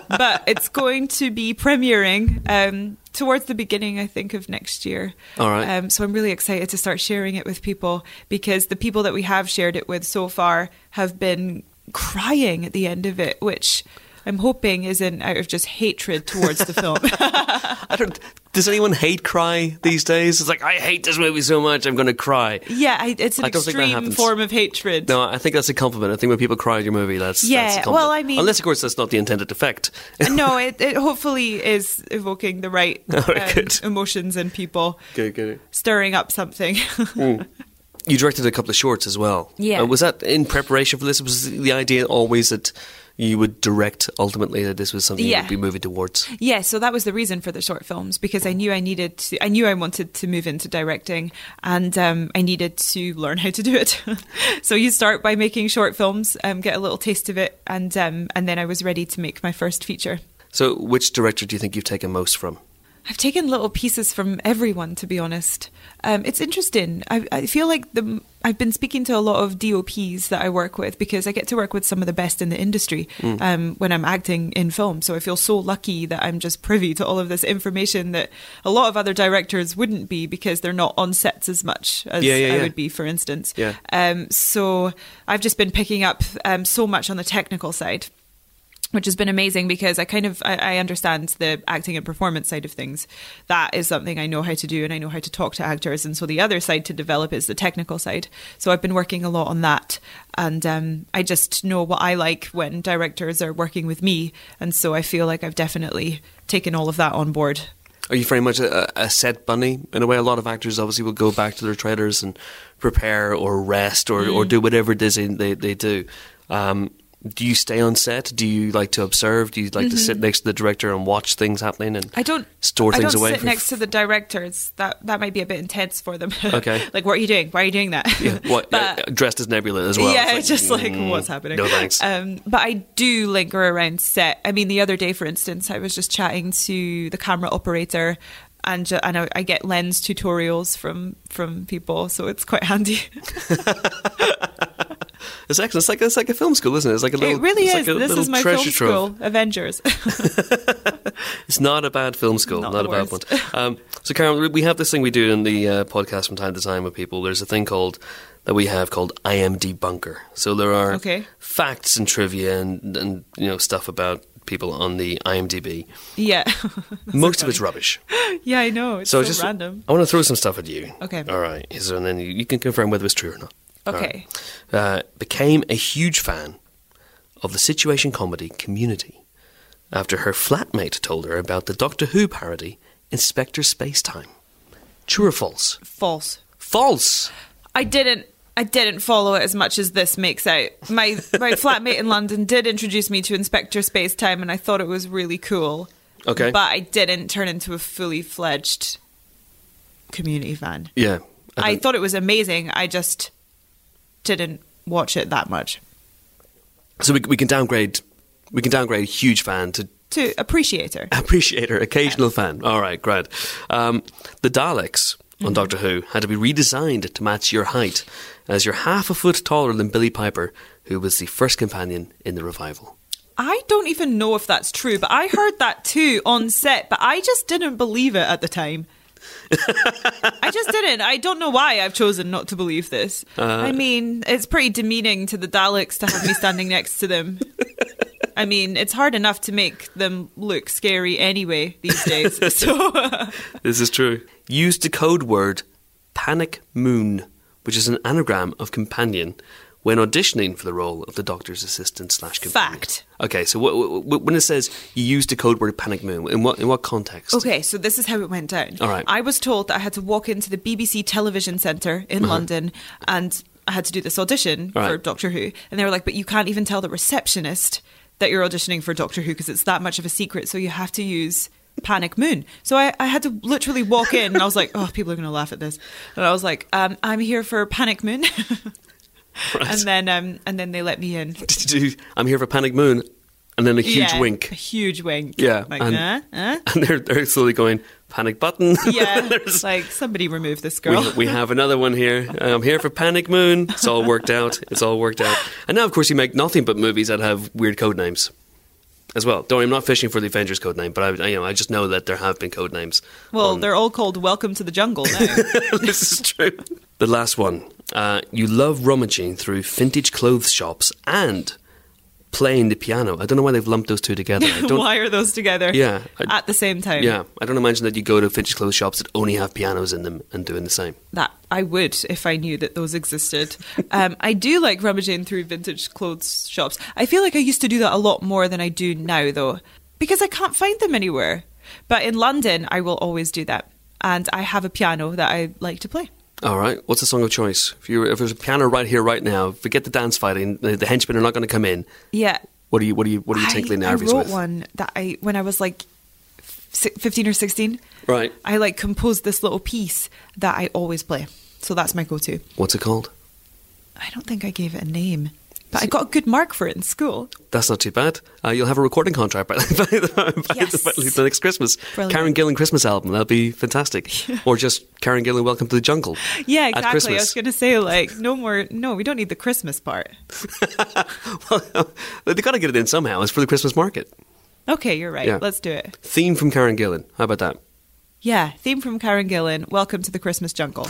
S6: but it's going to be premiering um, towards the beginning, I think, of next year.
S5: All right.
S6: Um, so I'm really excited to start sharing it with people because the people that we have shared it with so far have been crying at the end of it, which. I'm hoping isn't out of just hatred towards
S5: *laughs*
S6: the film.
S5: I don't. Does anyone hate cry these days? It's like I hate this movie so much, I'm going to cry.
S6: yeah, I, it's an
S5: I don't think that
S6: extreme
S5: happens.
S6: form of hatred.
S5: No, I think that's a compliment. I think when people cry at your movie, that's
S6: Yeah,
S5: That's a compliment.
S6: well, I mean-
S5: unless of course that's not the intended effect.
S6: *laughs* no, it, it hopefully is evoking
S5: *laughs*
S6: the right
S5: right,
S6: um,
S5: good.
S6: emotions in people,
S5: good, good.
S6: stirring up something. *laughs*
S5: You directed a couple of shorts as well.
S6: Yeah.
S5: Uh, was that in preparation for this? Was the idea always that you would direct ultimately that this was something you
S6: Yeah.
S5: would be moving towards?
S6: yeah, so that was the reason for the short films because I knew I needed to, I knew I wanted to move into directing and um, I needed to learn how to do it. *laughs* so you start by making short films, um, get a little taste of it, and um, and then I was ready to make my first feature.
S5: So, which director do you think you've taken most from?
S6: I've taken little pieces from everyone, to be honest. Um, it's interesting. I, I feel like the I've been speaking to a lot of DOPs that I work with because I get to work with some of the best in the industry
S5: Mm.
S6: um, when I'm acting in film. So I feel so lucky that I'm just privy to all of this information that a lot of other directors wouldn't be because they're not on sets as much as
S5: Yeah, yeah,
S6: I
S5: yeah.
S6: would be, for instance.
S5: Yeah.
S6: Um, so I've just been picking up um, so much on the technical side which has been amazing because I kind of I, I understand the acting and performance side of things. That is something I know how to do, and I know how to talk to actors. And so the other side to develop is the technical side. So I've been working a lot on that, and um, I just know what I like when directors are working with me, and so I feel like I've definitely taken all of that on board.
S5: Are you very much a, a set bunny in a way? A lot of actors obviously will go back to their trailers and prepare or rest or,
S6: Mm.
S5: or do whatever it is in- they they do. Um, do you stay on set? Do you like to observe? Do you like to sit next to the director and watch things happening and
S6: Mm-hmm. I don't
S5: store
S6: I
S5: things
S6: don't
S5: away?
S6: sit
S5: from-
S6: next to the directors. That that might be a bit intense for them. *laughs*
S5: Okay.
S6: like what are you doing? Why are you doing
S5: *laughs*
S6: that? *laughs*
S5: yeah, what,
S6: But-
S5: uh, dressed as Nebula as well. It's
S6: Yeah, just like
S5: mm,
S6: what's happening.
S5: No thanks.
S6: Um, but I do linger around set. I mean, the other day, for instance, I was just chatting to the camera operator. And, ju- and I, I get lens tutorials from from people, so it's quite handy. *laughs*
S5: it's excellent. It's like it's like a film school, isn't it? It's like a little.
S6: it really
S5: it's
S6: is.
S5: Like a
S6: this
S5: little
S6: is my film
S5: treasure trove.
S6: school, Avengers. *laughs*
S5: It's not a bad film school.
S6: Not
S5: Not,
S6: the
S5: a bad one.
S6: worst.
S5: Um, so, Karen, we have this thing we do in the uh, podcast from time to time with people. There's a thing called that we have called I am debunker. So there are
S6: Okay.
S5: facts and trivia and, and you know stuff about people on the IMDb.
S6: yeah, *laughs*
S5: Most of it's rubbish.
S6: yeah, I know. It's
S5: So,
S6: so,
S5: just
S6: random.
S5: I want to throw some stuff at you.
S6: Okay.
S5: All right. So and then you, you can confirm whether it's true or not. All
S6: Okay.
S5: right. Uh, became a huge fan of the situation comedy Community after her flatmate told her about the Doctor Who parody Inspector Spacetime. True or false?
S6: False.
S5: False.
S6: I didn't I didn't follow it as much as this makes out. My my flatmate in London did introduce me to Inspector Space Time and I thought it was really cool.
S5: Okay.
S6: But I didn't turn into a fully fledged community fan.
S5: Yeah.
S6: I,
S5: don't-
S6: thought it was amazing. I just didn't watch it that much.
S5: so. We, we can downgrade. We can downgrade huge fan to
S6: To
S5: *laughs*
S6: appreciator.
S5: appreciator, occasional fan. All right, great. Um, the Daleks
S6: Mm-hmm.
S5: on Doctor Who had to be redesigned to match your height, as you're half a foot taller than Billy Piper, who was the first companion in the revival.
S6: I don't even know if that's true, but I heard that too on set, but I just didn't believe it at the time. I just didn't. I don't know why I've chosen not to believe this. I mean, it's pretty demeaning to the Daleks to have me standing next to them. I mean, it's hard enough to make them look scary anyway these days. so *laughs*
S5: This is true. Use the code word Panic Moon, which is an anagram of companion, when auditioning for the role of the doctor's assistant slash companion.
S6: Fact.
S5: Okay, so wh- wh- wh- when it says you use the code word Panic Moon, in what in what context? *laughs*
S6: Okay, so this is how it went down.
S5: All right.
S6: I was told that I had to walk into the BBC Television Centre in London and I had to do this audition
S5: All Uh-huh. right.
S6: for Doctor Who. And they were like, but you can't even tell the receptionist that you're auditioning for Doctor Who because it's that much of a secret. So you have to use Panic Moon. So I, I had to literally walk in and I was like, oh, people are going to laugh at this. And I was like, um, I'm here for Panic Moon. *laughs* And then, um, and then they let me in.
S5: Did you- I'm here for Panic Moon, and then a huge
S6: Yeah, A
S5: wink.
S6: huge wink.
S5: Yeah,
S6: Like,
S5: and-
S6: huh? Huh?
S5: *laughs* And they're, they're slowly going, panic button.
S6: Yeah.
S5: There's-
S6: like, somebody remove this
S5: *laughs*
S6: girl.
S5: we, we have another one here. I'm here for Panic Moon. It's all worked out. It's all worked out. And now, of course, you make nothing but movies that have weird code names as well. Don't worry, I'm not fishing for the Avengers code name, but I, you know, I just know that there have been code names. *laughs*
S6: Well,
S5: on-
S6: they're all called Welcome to
S5: *laughs*
S6: the Jungle now.
S5: this is true. The last one. Uh, you love rummaging through vintage clothes shops and playing the piano. I don't know why they've lumped those two together.
S6: *laughs*
S5: I don't,
S6: Why are those together?
S5: Yeah, I-
S6: At the same time.
S5: Yeah, I don't imagine that you go to vintage clothes shops that only have pianos in them and doing the same.
S6: That I would if I knew that those existed. um, I do like rummaging through vintage clothes shops. I feel like I used to do that a lot more than I do now, though, because I can't find them anywhere. But in London, I will always do that. And I have a piano that I like to play.
S5: All right, what's the song of choice? If, you were, if there's a piano right here, right now, forget the dance fighting. The, the henchmen are not going to come in.
S6: Yeah.
S5: What are you? What are you? What are you
S6: I-
S5: tinkling
S6: I,
S5: nerves
S6: wrote
S5: with?
S6: one that I when I was like f- fifteen or sixteen.
S5: Right.
S6: I like composed this little piece that I always play. So that's my go-to.
S5: What's it called?
S6: I don't think I gave it a name, but I got a good mark for it in school.
S5: That's not too bad. Uh, you'll have a recording contract by, by, by,
S6: Yes.
S5: by the next Christmas.
S6: Brilliant.
S5: Karen Gillan Christmas album. That'll be fantastic.
S6: *laughs*
S5: or just Karen Gillan Welcome to the Jungle. *laughs*
S6: Yeah,
S5: At
S6: exactly. I was
S5: Christmas.
S6: going to say like no more. No, we don't need the Christmas part.
S5: they got to get it in somehow. It's for the Christmas market.
S6: Okay, you're right.
S5: Yeah.
S6: Let's do it.
S5: Theme from Karen Gillan. How about that?
S6: Yeah, theme from Karen Gillan. Welcome to the Christmas jungle.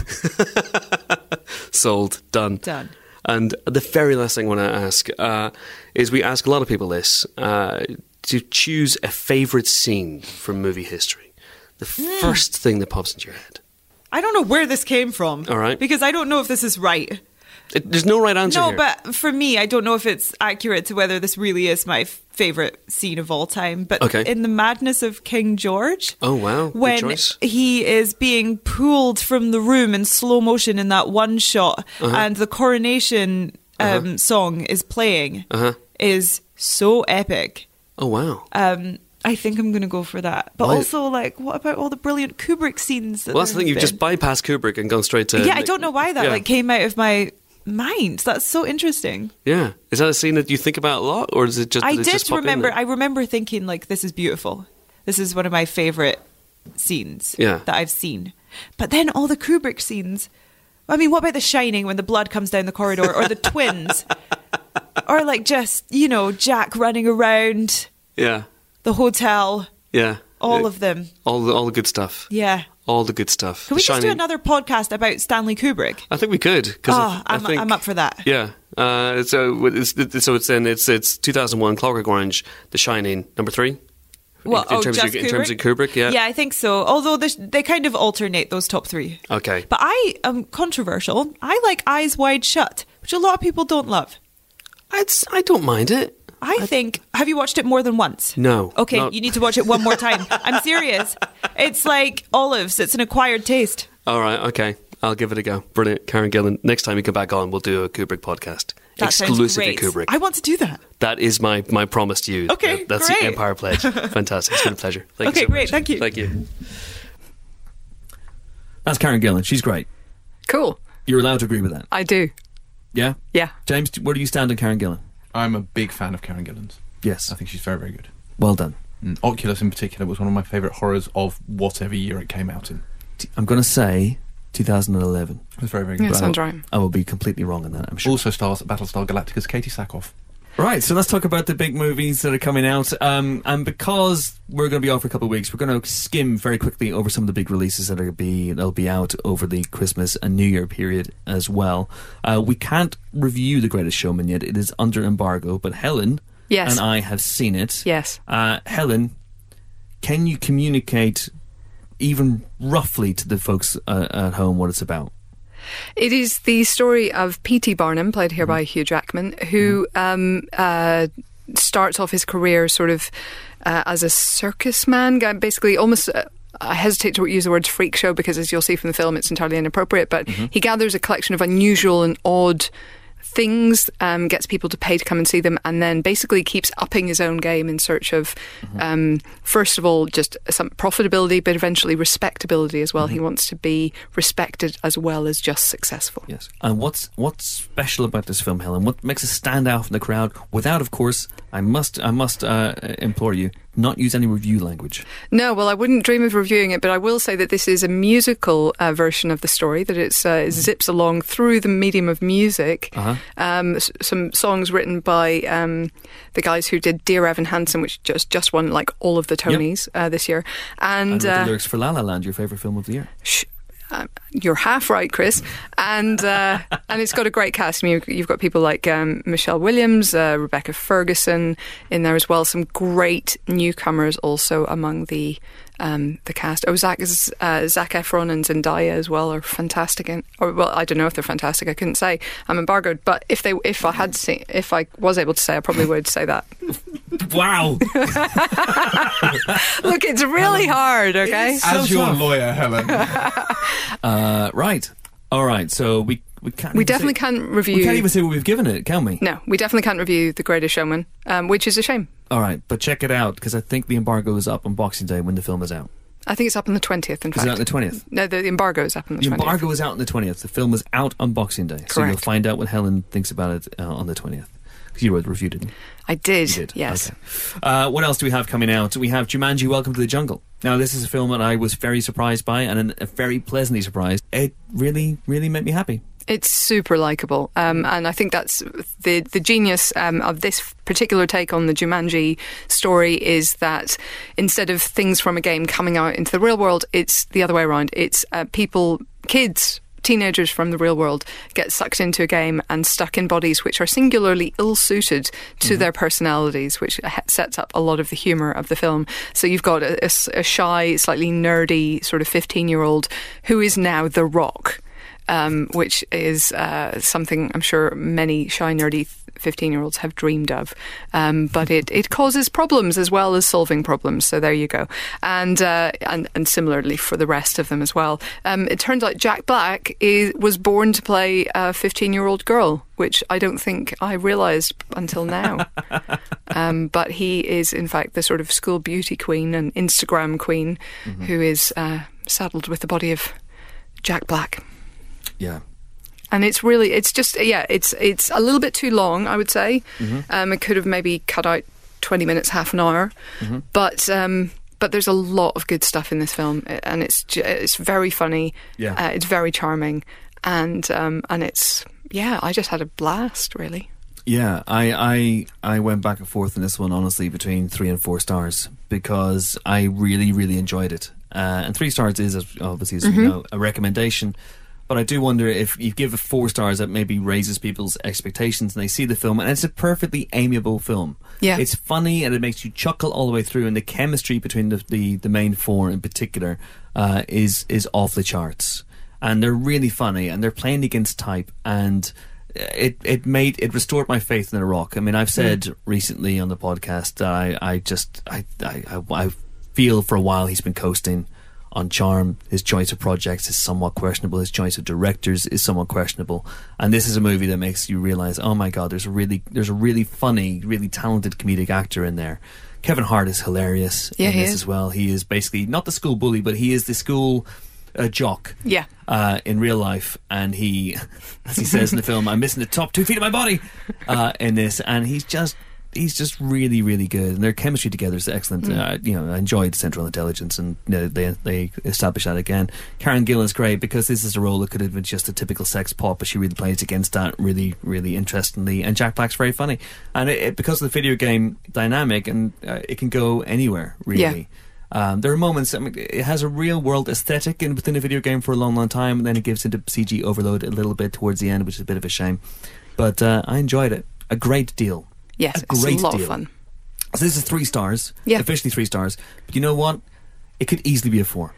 S5: Sold. Done.
S6: Done.
S5: And the very last thing I want to ask uh, is we ask a lot of people this uh, to choose a favourite scene from movie history. The
S6: Hmm.
S5: first thing that pops into your head.
S6: I don't know where this came from.
S5: All right.
S6: because I don't know if this is right.
S5: It, there's no right answer
S6: No,
S5: here.
S6: but for me, I don't know if it's accurate to whether this really is my f- favorite scene of all time. But
S5: Okay.
S6: in the madness of King George,
S5: Oh, wow. Good
S6: when
S5: choice.
S6: he is being pulled from the room in slow motion in that one shot,
S5: Uh-huh.
S6: and the coronation um, song is playing,
S5: Uh-huh.
S6: is so epic.
S5: oh, wow.
S6: Um, I think I'm going to go for that. But
S5: Why-
S6: also, like, what about all the brilliant Kubrick scenes? That
S5: well, that's the
S6: there
S5: thing. You've
S6: have
S5: just
S6: been?
S5: bypassed Kubrick and gone straight to.
S6: yeah, I don't know why that
S5: Yeah.
S6: like came out of my mind. That's so interesting.
S5: Yeah. Is that a scene that you think about a lot, or is it just?
S6: I
S5: did it
S6: did
S5: just pop in
S6: remember.
S5: there?
S6: I remember thinking like, "This is beautiful. This is one of my favorite scenes
S5: Yeah.
S6: that I've seen." But then all the Kubrick scenes. I mean, what about The Shining when the blood comes down the corridor,
S5: *laughs*
S6: or the twins, or like just you know Jack running around
S5: Yeah.
S6: the hotel,
S5: Yeah.
S6: all
S5: Yeah.
S6: of them.
S5: all the all the good stuff.
S6: Yeah.
S5: All the good stuff. The
S6: Can we just do
S5: Shining-
S6: another podcast about Stanley Kubrick?
S5: I think we could because
S6: Oh,
S5: I
S6: I'm-
S5: think
S6: I'm up for that.
S5: Yeah. Uh, so it's, it's so it's in it's it's 2001 Clockwork Orange, The Shining, number three.
S6: Well,
S5: in
S6: oh,
S5: terms of-
S6: just
S5: in terms of Kubrick, yeah.
S6: yeah, I think so. Although this, they kind of alternate those top three.
S5: Okay.
S6: But I am controversial. I like Eyes Wide Shut, which a lot of people don't love.
S5: It's, I don't mind it.
S6: I, think. Have you watched it more than once?
S5: No,
S6: Okay,
S5: not-
S6: you need to watch it one more time.
S5: *laughs*
S6: I'm serious. It's like olives. It's an acquired taste.
S5: All right. Okay. I'll give it a go. Brilliant, Karen Gillan. Next time you come back on, we'll do a Kubrick podcast,
S6: That sounds
S5: exclusively
S6: great.
S5: Kubrick.
S6: I want to do that.
S5: That is my my promise to you.
S6: Okay,
S5: That- that's the
S6: great.
S5: Empire
S6: *laughs*
S5: Pledge. Fantastic. It's been a pleasure. Thank
S6: Okay,
S5: you so
S6: great.
S5: much.
S6: Thank you.
S5: Thank you.
S1: That's Karen Gillan. She's great.
S2: Cool.
S1: You're allowed to agree with that.
S2: I do.
S1: Yeah?
S2: Yeah.
S1: James, do- where do you stand on Karen Gillan?
S3: I'm a big fan of Karen Gillan's.
S1: Yes.
S3: I think she's very, very good.
S1: Well done.
S3: Mm, Oculus, in particular, was one of my favourite horrors of whatever year it came out in.
S1: T- I'm going to say 2011.
S3: It was very, very good.
S2: Yeah,
S1: But I
S2: sounds
S1: will-
S2: right.
S1: I will be completely wrong on that, I'm sure.
S3: Also stars Battlestar Galactica's Katie Sackhoff.
S1: Right, so let's talk about the big movies that are coming out. Um, and because we're going to be off for a couple of weeks, we're going to skim very quickly over some of the big releases that are be that'll be out over the Christmas and New Year period as well. Uh, we can't review The Greatest Showman yet; it is under embargo. But Helen
S2: Yes.
S1: and I have seen it.
S2: Yes.
S1: Uh, Helen, can you communicate even roughly to the folks uh, at home what it's about?
S2: It is the story of P.T. Barnum, played here by Hugh Jackman, who um, uh, starts off his career sort of uh, as a circus man, guy- basically almost. Uh, I hesitate to use the words freak show because, as you'll see from the film, it's entirely inappropriate. But he gathers a collection of unusual and odd things, um, gets people to pay to come and see them, and then basically keeps upping his own game in search of, um, first of all, just some profitability, but eventually respectability as well. He wants to be respected as well as just successful.
S1: Yes. And what's what's special about this film, Helen? What makes it stand out from the crowd? Without, of course, I must I must uh, implore you not use any review language.
S2: No, well, I wouldn't dream of reviewing it, but I will say that this is a musical uh, version of the story, that it's, uh, it zips along through the medium of music. Um, s- some songs written by um, the guys who did Dear Evan Hansen, which just, just won like all of the Tonys uh, this year. And,
S1: And,
S2: uh,
S1: the lyrics for La La Land, your favorite film of
S2: *laughs*
S1: the year.
S2: Sh- um, you're half right, Chris, and uh, and it's got a great cast. I mean, you've- you've got people like um, Michelle Williams, uh, Rebecca Ferguson in there as well. Some great newcomers also among the um, the cast. Oh, Zach uh, Zach Efron and Zendaya as well are fantastic. In, or well, I don't know if they're fantastic. I couldn't say. I'm embargoed, but if they if I had seen if I was able to say, I probably would say that.
S1: Wow.
S2: *laughs* Look, it's really hard. Okay.
S1: is-
S3: As
S1: So
S3: your
S1: tough.
S3: lawyer, Helen.
S1: uh, right. All right. So we we can't.
S2: We
S1: even
S2: definitely
S1: say,
S2: can't review.
S1: We can't even say what we've given it, can we?
S2: no, we definitely can't review The Greatest Showman, um, which is a shame.
S1: All right, but check it out because I think the embargo is up on Boxing Day when the film is out.
S2: I think it's up on the 20th, in
S1: Is
S2: fact.
S1: it out on the twentieth?
S2: no, the embargo is up on the,
S1: The
S2: 20th.
S1: embargo is out on the twentieth. The film is out on Boxing Day, so you'll
S2: Correct.
S1: find out what Helen thinks about it uh, on the twentieth. Because you wrote the review, didn't you?
S2: I did,
S1: You did.
S2: yes.
S1: Okay. Uh, what else do we have coming out? We have Jumanji: Welcome to the Jungle. Now, this is a film that I was very surprised by, and an- uh, very pleasantly surprised. It really, really made me happy.
S2: It's super likable. Um, and I think that's the, the genius um, of this particular take on the Jumanji story is that instead of things from a game coming out into the real world, it's the other way around. It's uh, people, kids, teenagers from the real world get sucked into a game and stuck in bodies which are singularly ill suited to their personalities, which h- sets up a lot of the humour of the film. So you've got a, a s- a shy, slightly nerdy sort of 15 year old who is now The Rock. Um, which is uh, something I'm sure many shy, nerdy 15 year olds have dreamed of. Um, but it, it causes problems as well as solving problems. So there you go. And, uh, and, and similarly for the rest of them as well. Um, it turns out Jack Black is, was born to play a 15 year old girl, which I don't think I realised until now. um, but he is, in fact, the sort of school beauty queen and Instagram queen who is uh, saddled with the body of Jack Black
S1: Yeah.
S2: and it's really it's just yeah it's it's a little bit too long i would say
S1: Mm-hmm.
S2: um, it could have maybe cut out 20 minutes half an hour
S1: Mm-hmm.
S2: but um, but there's a lot of good stuff in this film uh, and it's j- it's very funny
S1: Yeah.
S2: uh, it's very charming and um, and it's yeah i just had a blast really
S1: Yeah, I, I I went back and forth in this one honestly between three and four stars because I really really enjoyed it. Uh, and three stars is as- obviously as you know, a recommendation, but I do wonder if you give it four stars, that maybe raises people's expectations and they see the film and it's a perfectly amiable film.
S2: Yeah.
S1: it's funny and it makes you chuckle all the way through, and the chemistry between the the, the main four in particular uh, is is off the charts and they're really funny and they're playing against type and it it made it restored my faith in the rock. I mean, I've said recently on the podcast that I, I just I, I I- I feel for a while he's been coasting on charm. His choice of projects is somewhat questionable. His choice of directors is somewhat questionable. And this is a movie that makes you realize, oh my god, there's a really there's a really funny, really talented comedic actor in there. Kevin Hart is hilarious
S2: Yeah,
S1: in
S2: he
S1: this
S2: is.
S1: as well. He is basically not the school bully, but he is the school uh, jock
S2: Yeah.
S1: uh, in real life, and he, *laughs* as he says in the film, I'm missing the top two feet of my body uh, in this, and he's just he's just really really good, and their chemistry together is excellent. Uh, you know, I enjoyed Central Intelligence, and you know, they they established that again. Karen Gill is great because this is a role that could have been just a typical sex pop, but she really plays against that really really interestingly, and Jack Black's very funny, and it, it, because of the video game dynamic, and uh, it can go anywhere really.
S2: Yeah.
S1: Um, there are moments. I mean, it has a real world aesthetic in, within a video game for a long, long time, and then it gives into CG overload a little bit towards the end, which is a bit of a shame. But uh, I enjoyed it a great deal.
S2: Yes,
S1: a
S2: it's
S1: great
S2: a lot
S1: deal.
S2: of fun.
S1: So this is three stars.
S2: Yeah.
S1: Officially three stars. But you know what? It could easily be a four.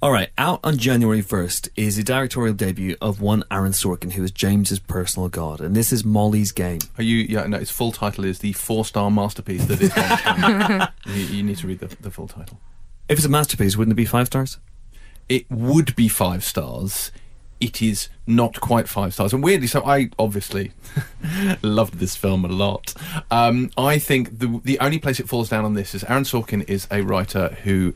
S1: All right. Out on January 1st is the directorial debut of one Aaron Sorkin, who is James's personal god. And this is Molly's Game.
S3: Are you? Yeah, no. Its full title is the four-star masterpiece that is. Bond's Game. you, you need to read the, the full title.
S1: If it's a masterpiece, wouldn't it be five stars?
S3: It would be five stars. It is not quite five stars, and weirdly, so I obviously *laughs* loved this film a lot. Um, I think the the only place it falls down on this is Aaron Sorkin is a writer who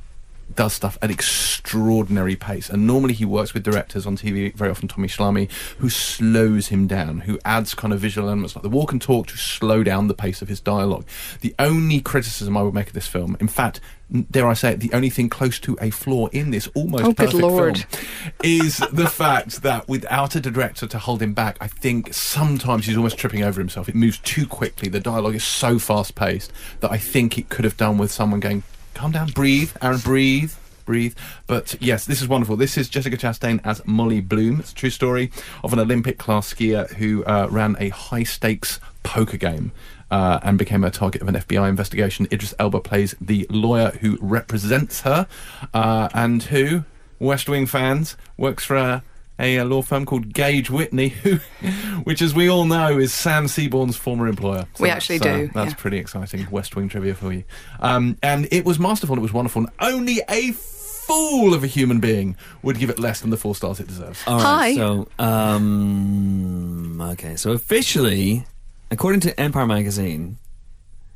S3: does stuff at extraordinary pace. And normally he works with directors on TV, very often Tommy Schlamme, who slows him down, who adds kind of visual elements like the walk and talk to slow down the pace of his dialogue. The only criticism I would make of this film, in fact, n- dare I say it, the only thing close to a flaw in this almost
S2: Oh, good
S3: perfect
S2: Lord.
S3: film is the fact that without a director to hold him back, I think sometimes he's almost tripping over himself. It moves too quickly. The dialogue is so fast paced that I think it could have done with someone going, calm down, breathe, Aaron, breathe. Breathe, but yes, this is wonderful. This is Jessica Chastain as Molly Bloom. It's a true story of an Olympic class skier who uh, ran a high stakes poker game uh, and became a target of an FBI investigation. Idris Elba plays the lawyer who represents her uh, and who West Wing fans, works for a, a law firm called Gage Whitney, *laughs* who, which, as we all know, is Sam Seaborn's former employer. So
S2: We actually
S3: that's, uh,
S2: do,
S3: That's
S2: yeah.
S3: pretty exciting West Wing trivia for you. Um, and it was masterful. It was wonderful. And only a fool of a human being would give it less than the four stars it deserves.
S1: All right.
S2: Hi.
S1: So, um, okay. So officially, according to Empire Magazine,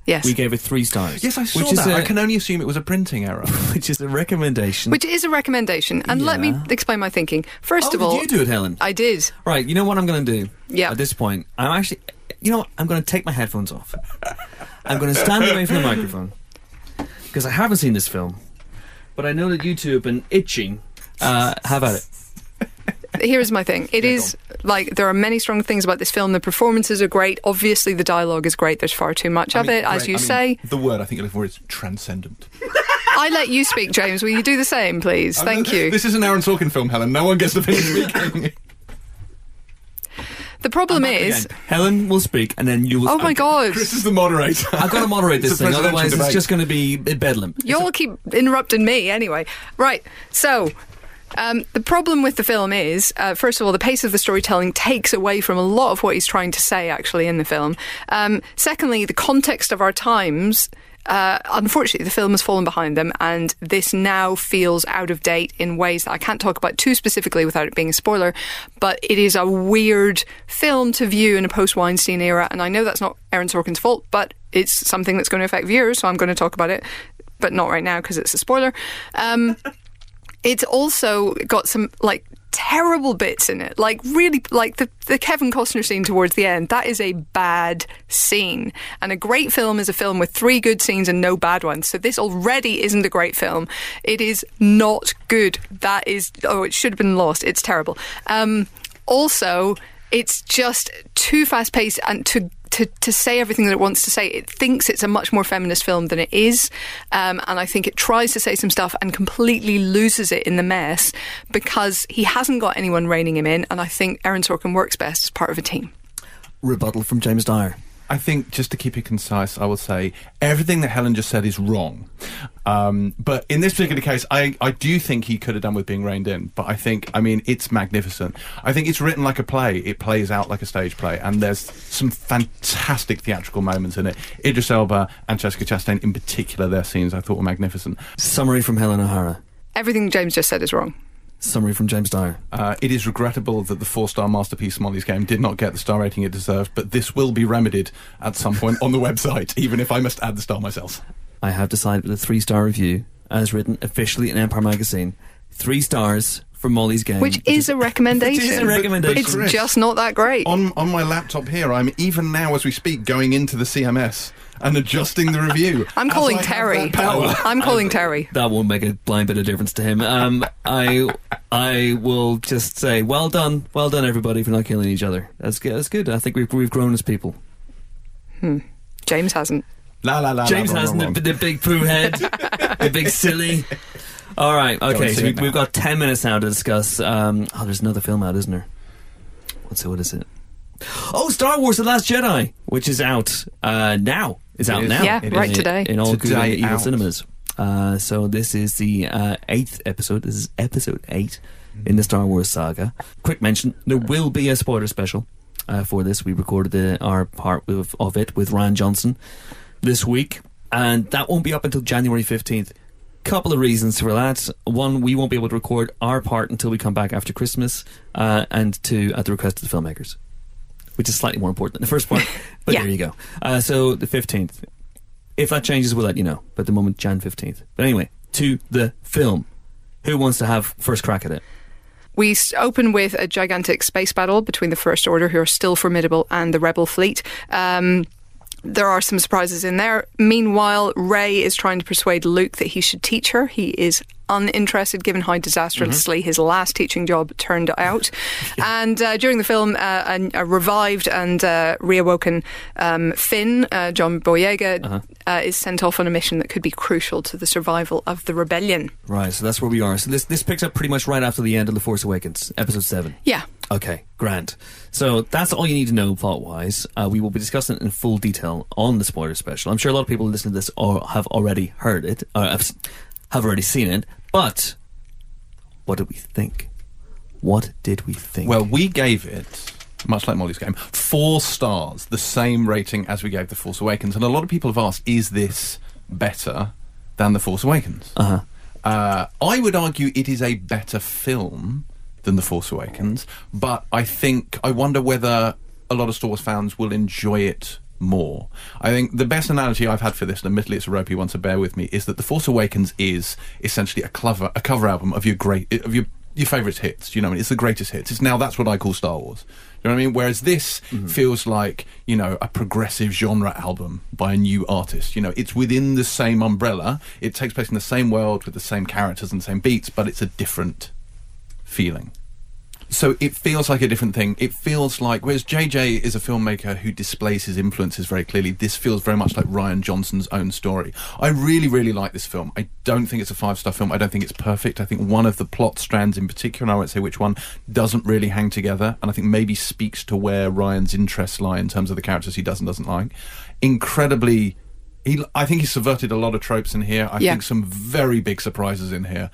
S2: Yes.
S1: we gave it three stars.
S3: Yes, I saw
S1: which is
S3: that. I
S1: a-
S3: can only assume it was a printing error.
S1: Which is a recommendation.
S2: Which is a recommendation. And let me
S1: Yeah.
S2: explain my thinking.
S1: Oh,
S2: First
S1: did
S2: of all,
S1: you do it, Helen?
S2: I did.
S1: Right, you know what I'm going to do?
S2: Yeah.
S1: At this point, I'm actually, you know what? I'm going to take my headphones off. I'm going to stand away from the microphone because I haven't seen this film, but I know that you two have been itching. Uh, how about it?
S2: Here is my thing. It is like there are many strong things about this film. The performances are great. Obviously, the dialogue is great. There's far too much of
S3: I mean,
S2: it, as
S3: great.
S2: you
S3: I
S2: say.
S3: mean, The word I think you're looking for is transcendent.
S2: I let you speak, James. Will you do the same,
S3: *laughs*
S2: please? Thank you.
S3: Um, This is an Aaron Sorkin film, Helen. No one gets to finish speaking.
S2: The problem is,
S1: Again, *laughs* Helen will speak, and then you will.
S2: oh my god,
S3: Chris is the moderator.
S1: I've got to moderate
S3: It's
S1: this
S3: a
S1: thing,
S3: presidential
S1: otherwise it's
S3: debate.
S1: just going to be bedlam.
S2: Y'all keep interrupting me anyway. Right, so. Um, the problem with the film is, uh, first of all, the pace of the storytelling takes away from a lot of what he's trying to say actually in the film. Um, secondly, the context of our times. Uh, unfortunately, the film has fallen behind them, and this now feels out of date in ways that I can't talk about too specifically without it being a spoiler. But it is a weird film to view in a post Weinstein era, and I know that's not Aaron Sorkin's fault, but it's something that's going to affect viewers, so I'm going to talk about it but not right now because it's a spoiler. Um, it's also got some like terrible bits in it like really like the, the kevin costner scene towards the end that is a bad scene and a great film is a film with three good scenes and no bad ones so this already isn't a great film it is not good that is oh it should have been lost it's terrible um also it's just too fast paced and to to, to say everything that it wants to say, it thinks it's a much more feminist film than it is. Um, and I think it tries to say some stuff and completely loses it in the mess because he hasn't got anyone reining him in. And I think Aaron Sorkin works best as part of a team.
S1: Rebuttal from James Dyer.
S3: I think just to keep it concise, I will say everything that Helen just said is wrong. Um, but in this particular case, I, I do think he could have done with being reined in. But I think, I mean, it's magnificent. I think it's written like a play. It plays out like a stage play, and there's some fantastic theatrical moments in it. Idris Elba and Jessica Chastain, in particular, their scenes I thought were magnificent.
S1: Summary from Helen O'Hara.
S2: Everything James just said is wrong.
S1: Summary from James Dyer.
S3: Uh, it is regrettable that the four-star masterpiece Molly's Game did not get the star rating it deserved, but this will be remedied at some point on the *laughs* website, even if I must add the star myself.
S1: I have decided with a three star review, as written officially in Empire Magazine, three stars for Molly's Game.
S2: Which is a recommendation.
S1: Which is a recommendation.
S2: It's
S3: Chris.
S2: just not that great.
S3: On on my laptop here, I'm even now as we speak going into the CMS and adjusting the review.
S2: I'm
S3: as
S2: calling
S3: I have
S2: Terry.
S3: that
S1: Oh.
S3: power.
S2: I'm calling Terry.
S1: that won't make a blind bit of difference to him. Um, I I will just say, well done, well done, everybody, for not killing each other. That's good. That's good. I think we've we've grown as people.
S2: James hasn't.
S3: La la la.
S1: James
S3: la, la,
S1: has
S3: la, la.
S1: the, the big poo head, the
S3: *laughs*
S1: big silly. All right,
S3: Go
S1: okay.
S3: and
S1: So
S3: see
S1: we,
S3: it now.
S1: we've got ten minutes now to discuss. Um, oh, there's another film out, isn't there? What's it? What is it? Oh, Star Wars: The Last Jedi, which is out uh, now. It's out
S3: is.
S1: now.
S2: Yeah,
S3: It
S2: right
S1: in,
S2: today.
S1: in all good
S3: Today
S1: and evil
S3: out.
S1: cinemas. Uh, so this is the uh, eighth episode. This is episode eight in the Star Wars saga. Quick mention: there will be a spoiler special uh, for this. We recorded uh, our part of, of it with Ryan Johnson this week, and that won't be up until January fifteenth. Couple of reasons for that. One, we won't be able to record our part until we come back after Christmas, uh, and two, at the request of the filmmakers, which is slightly more important than the first part. *laughs* But
S2: Yeah.
S1: there you go. Uh, so the fifteenth, if that changes, we'll let you know. But at the moment, Jan 15th. But anyway, to the film. Who wants to have first crack at it?
S2: We s- open with a gigantic space battle between the First Order, who are still formidable, and the Rebel fleet. Um, there are some surprises in there. Meanwhile, Ray is trying to persuade Luke that he should teach her. He is uninterested, given how disastrously his last teaching job turned out. And uh, during the film, uh, a, a revived and uh, reawoken um, Finn, uh, John Boyega, uh is sent off on a mission that could be crucial to the survival of the rebellion.
S1: Right, so that's where we are. So this this picks up pretty much right after the end of The Force Awakens, episode 7.
S2: Yeah.
S1: Okay, grand. So that's all you need to know plot wise. Uh, we will be discussing it in full detail on the spoiler special. I'm sure a lot of people listening to this or have already heard it, or have, s- have already seen it. But what did we think? What did we think?
S3: Well, we gave it, much like Molly's game, four stars, the same rating as we gave The Force Awakens. And a lot of people have asked, is this better than The Force Awakens? Uh-huh. I would argue it is a better film than The Force Awakens, but I think, I wonder whether a lot of Star Wars fans will enjoy it more. I think the best analogy I've had for this, and admittedly it's a ropey one, so bear with me, is that The Force Awakens is essentially a cover, a cover album of your great, of your your favourite hits. You know, what I mean? it's the greatest hits. It's now that's what I call Star Wars. You know what I mean? Whereas this feels like you know a progressive genre album by a new artist. You know, it's within the same umbrella. It takes place in the same world with the same characters and the same beats, but it's a different feeling. So it feels like a different thing. It feels like whereas JJ is a filmmaker who displays his influences very clearly, this feels very much like Ryan Johnson's own story. I really, really like this film. I don't think it's a five star film. I don't think it's perfect. I think one of the plot strands in particular, and I won't say which one, doesn't really hang together, and I think maybe speaks to where Ryan's interests lie in terms of the characters he does and doesn't like. Incredibly he, I think he subverted a lot of tropes in here. I
S2: Yeah.
S3: think some very big surprises in here.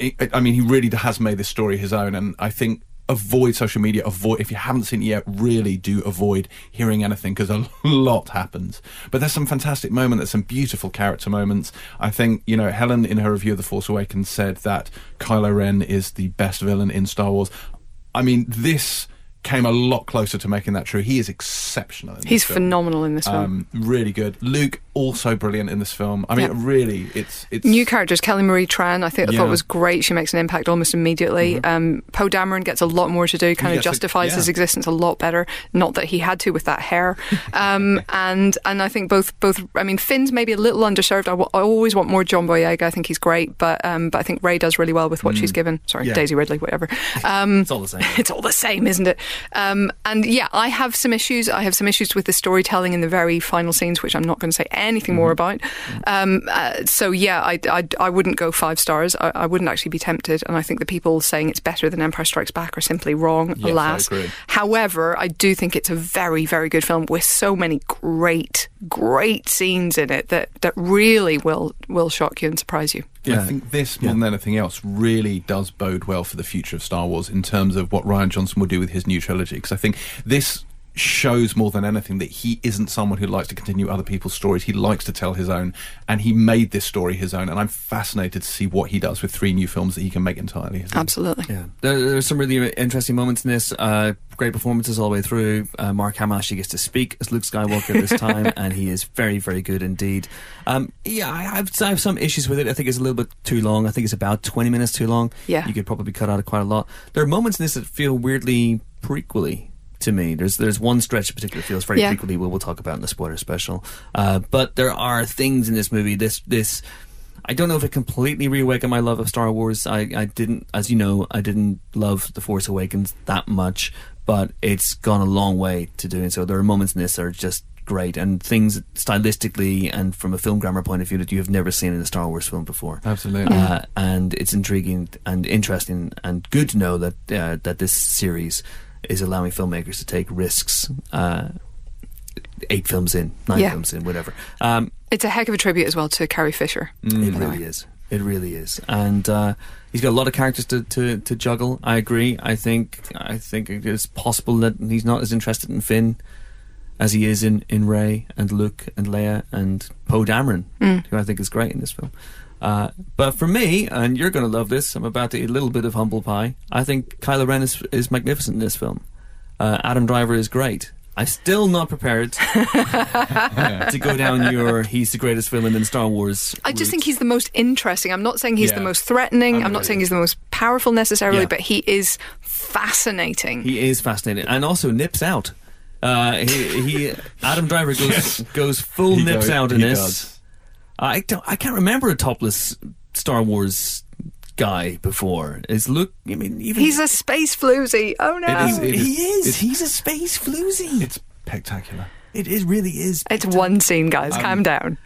S3: I- I mean, he really has made this story his own, and I think avoid social media. Avoid if you haven't seen it yet, really do avoid hearing anything because a *laughs* lot happens. But there's some fantastic moments. There's some beautiful character moments. I think you know Helen in her review of The Force Awakens said that Kylo Ren is the best villain in Star Wars. I mean, this came a lot closer to making that true. He is exceptional. in this
S2: He's
S3: film.
S2: phenomenal in this film.
S3: Um, really good. Luke also brilliant in this film. I mean,
S2: Yeah.
S3: really, it's it's
S2: New characters, Kelly Marie Tran, I think I thought
S3: Yeah. Mm-hmm.
S2: was great. She makes an impact almost immediately. Um, Poe Dameron gets a lot more to do, kind of
S3: gets a-
S2: justifies his
S3: yeah.
S2: existence a lot better. Not that he had to with that hair.
S3: *laughs*
S2: Um, and and I think both both. I mean, Finn's maybe a little underserved. I wa- I always want more John Boyega. I think he's great, but um, but I think Ray does really well with what she's given. Sorry,
S3: Mm. Yeah.
S2: Daisy Ridley,
S3: *laughs*
S2: whatever. Um,
S1: it's all the same.
S2: *laughs* it's all the same, isn't it? Um, and yeah, I have some issues. I have some issues with the storytelling in the very final scenes, which I'm not going to say anything more about. Um, uh, so yeah, I, I, I wouldn't go five stars. I, I wouldn't actually be tempted. And I think the people saying it's better than Empire Strikes Back are simply wrong,
S3: I
S2: alas.
S3: agree.
S2: However, I do think it's a very, very good film with so many great, great scenes in it that, that really will will shock you and surprise you.
S3: Yeah, I think this more than anything else really does bode well for the future of Star Wars in terms of what Ryan Johnson will do with his new trilogy. Because I think this shows more than anything that he isn't someone who likes to continue other people's stories. He likes to tell his own, and he made this story his own. And I'm fascinated to see what he does with three new films that he can make entirely. his own.
S2: Absolutely.
S1: Yeah, there, there's some really interesting moments in this. Uh, great performances all the way through. Uh, Mark Hamill actually gets to speak as Luke Skywalker this time, and he is very, very good indeed. Um, yeah, I have, I have some issues with it. I think it's a little bit too long. I think it's about 20 minutes too long.
S2: Yeah.
S1: you could probably cut out quite a lot. There are moments in this that feel weirdly prequely to me. There's there's one stretch in particular that feels very
S2: Yeah.
S1: prequely. We'll, we'll talk about in the spoiler special. Uh, but there are things in this movie. This this. I don't know if it completely reawakened my love of Star Wars. I, I didn't, as you know, I didn't love The Force Awakens that much, but it's gone a long way to doing so. There are moments in this that are just great and things stylistically and from a film grammar point of view that you have never seen in a Star Wars film before.
S3: Absolutely.
S1: Uh, and it's intriguing and interesting and good to know that uh, that this series is allowing filmmakers to take risks. Uh, eight films in, nine
S2: Yeah.
S1: films in, whatever. Um,
S2: It's a heck of a tribute as well to Carrie Fisher.
S1: it really is. It really is. And uh, he's got a lot of characters to, to, to juggle. I agree. I think I think it's possible that he's not as interested in Finn as he is in, in Ray and Luke and Leia and Poe Dameron,
S2: Mm.
S1: who I think is great in this film. Uh, but for me, and you're going to love this, I'm about to eat a little bit of humble pie. I think Kylo Ren is, is magnificent in this film. Uh, Adam Driver is great. I'm still not
S2: *laughs*
S1: prepared to go down your he's the greatest villain in Star Wars.
S2: I just
S1: route.
S2: think he's the most interesting. I'm not saying he's
S3: Yeah.
S2: the most threatening. I'm not
S3: Underrated.
S2: saying he's the most powerful necessarily,
S1: Yeah.
S2: but he is fascinating.
S1: He is fascinating, and also nips out. Uh, he, he Adam Driver goes goes full
S3: He
S1: nips
S3: goes-
S1: out in
S3: he
S1: this.
S3: does.
S1: I don't, I can't remember a topless Star Wars guy before. Is Luke? I mean, even
S2: he's a space floozy. Oh no.
S3: It is- it
S1: he is.
S3: it's-
S1: he's a space floozy.
S3: It's spectacular.
S1: it is really is.
S2: It's one scene, guys. Calm down.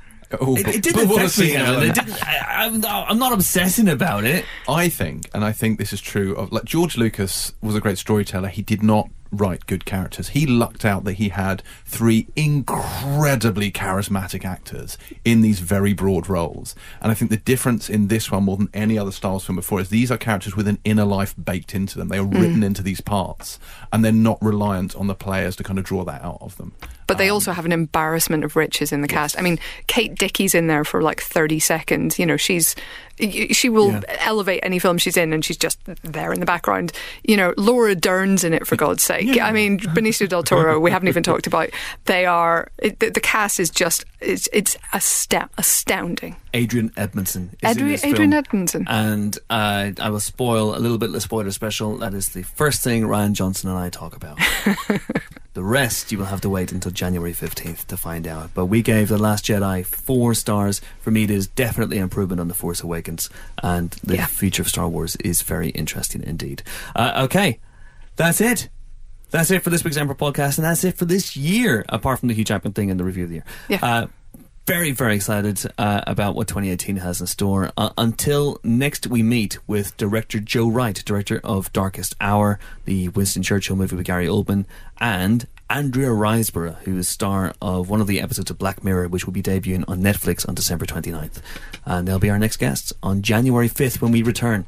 S3: Oh,
S1: It,
S3: but-
S1: it
S3: but
S1: didn't
S3: what a
S1: affect me,
S3: scene,
S1: Alan.
S3: Alan.
S1: It didn't, I, I'm, I'm not obsessing about it.
S3: I think, and I think this is true of like George Lucas was a great storyteller. He did not write good characters. He lucked out that he had three incredibly charismatic actors in these very broad roles. And I think the difference in this one more than any other Star Wars film before is these are characters with an inner life baked into them. They are written into these parts and they're not reliant on the players to kind of draw that out of them.
S2: But
S3: Um,
S2: they also have an embarrassment of riches in the cast. I mean, Kate Dickey's in there for like 30 seconds. You know, she's y- she will
S1: Yeah.
S2: elevate any film she's in, and she's just there in the background. You know, Laura Dern's in it for
S3: *laughs*
S2: God's sake. I mean, Benicio del Toro. we haven't even talked about. They are it, the, the cast is just it's it's asto- astounding.
S1: Adrian Edmondson. Is in
S2: Adri-
S1: this
S2: Adrian
S1: film.
S2: Edmondson.
S1: And uh, I will spoil a little bit of the spoiler special. That is the first thing Ryan Johnson and I talk
S2: *laughs*
S1: about. the rest you will have to wait until January 15th to find out. But we gave The Last Jedi four stars. For me, it is definitely an improvement on The Force Awakens. And the
S2: Yeah.
S1: future of Star Wars is very interesting indeed. Uh, okay, that's it. That's it for this week's Emperor podcast, and that's it for this year, apart from the Hugh Jackman thing and the review of the year.
S2: Yeah.
S1: Uh, very, very excited uh, about what 2018 has in store. Uh, until next we meet with director Joe Wright, director of Darkest Hour, the Winston Churchill movie with Gary Oldman, and Andrea Riseborough, who is star of one of the episodes of Black Mirror, which will be debuting on Netflix on December 29th. And they'll be our next guests on January 5th when we return.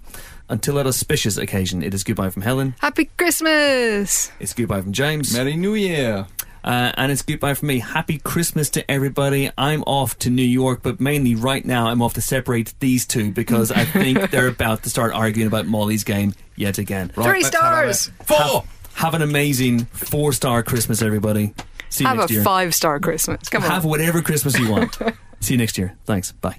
S1: Until that auspicious occasion, it is goodbye from Helen,
S2: Happy Christmas.
S1: it's goodbye from James.
S3: Merry New Year!
S1: Uh, and it's goodbye from me. Happy Christmas to everybody. I'm off to New York, but mainly right now I'm off to separate these two because I think
S2: *laughs*
S1: they're about to start arguing about Molly's game yet again.
S3: Right,
S2: Three
S3: let's have a-
S2: stars. Oh!
S3: Four!
S1: Have an amazing four star Christmas, everybody. See you
S2: Have
S1: next
S2: a
S1: year.
S2: five star Christmas. Come on. *laughs*
S1: Have whatever Christmas you want. See you next year. Thanks. Bye.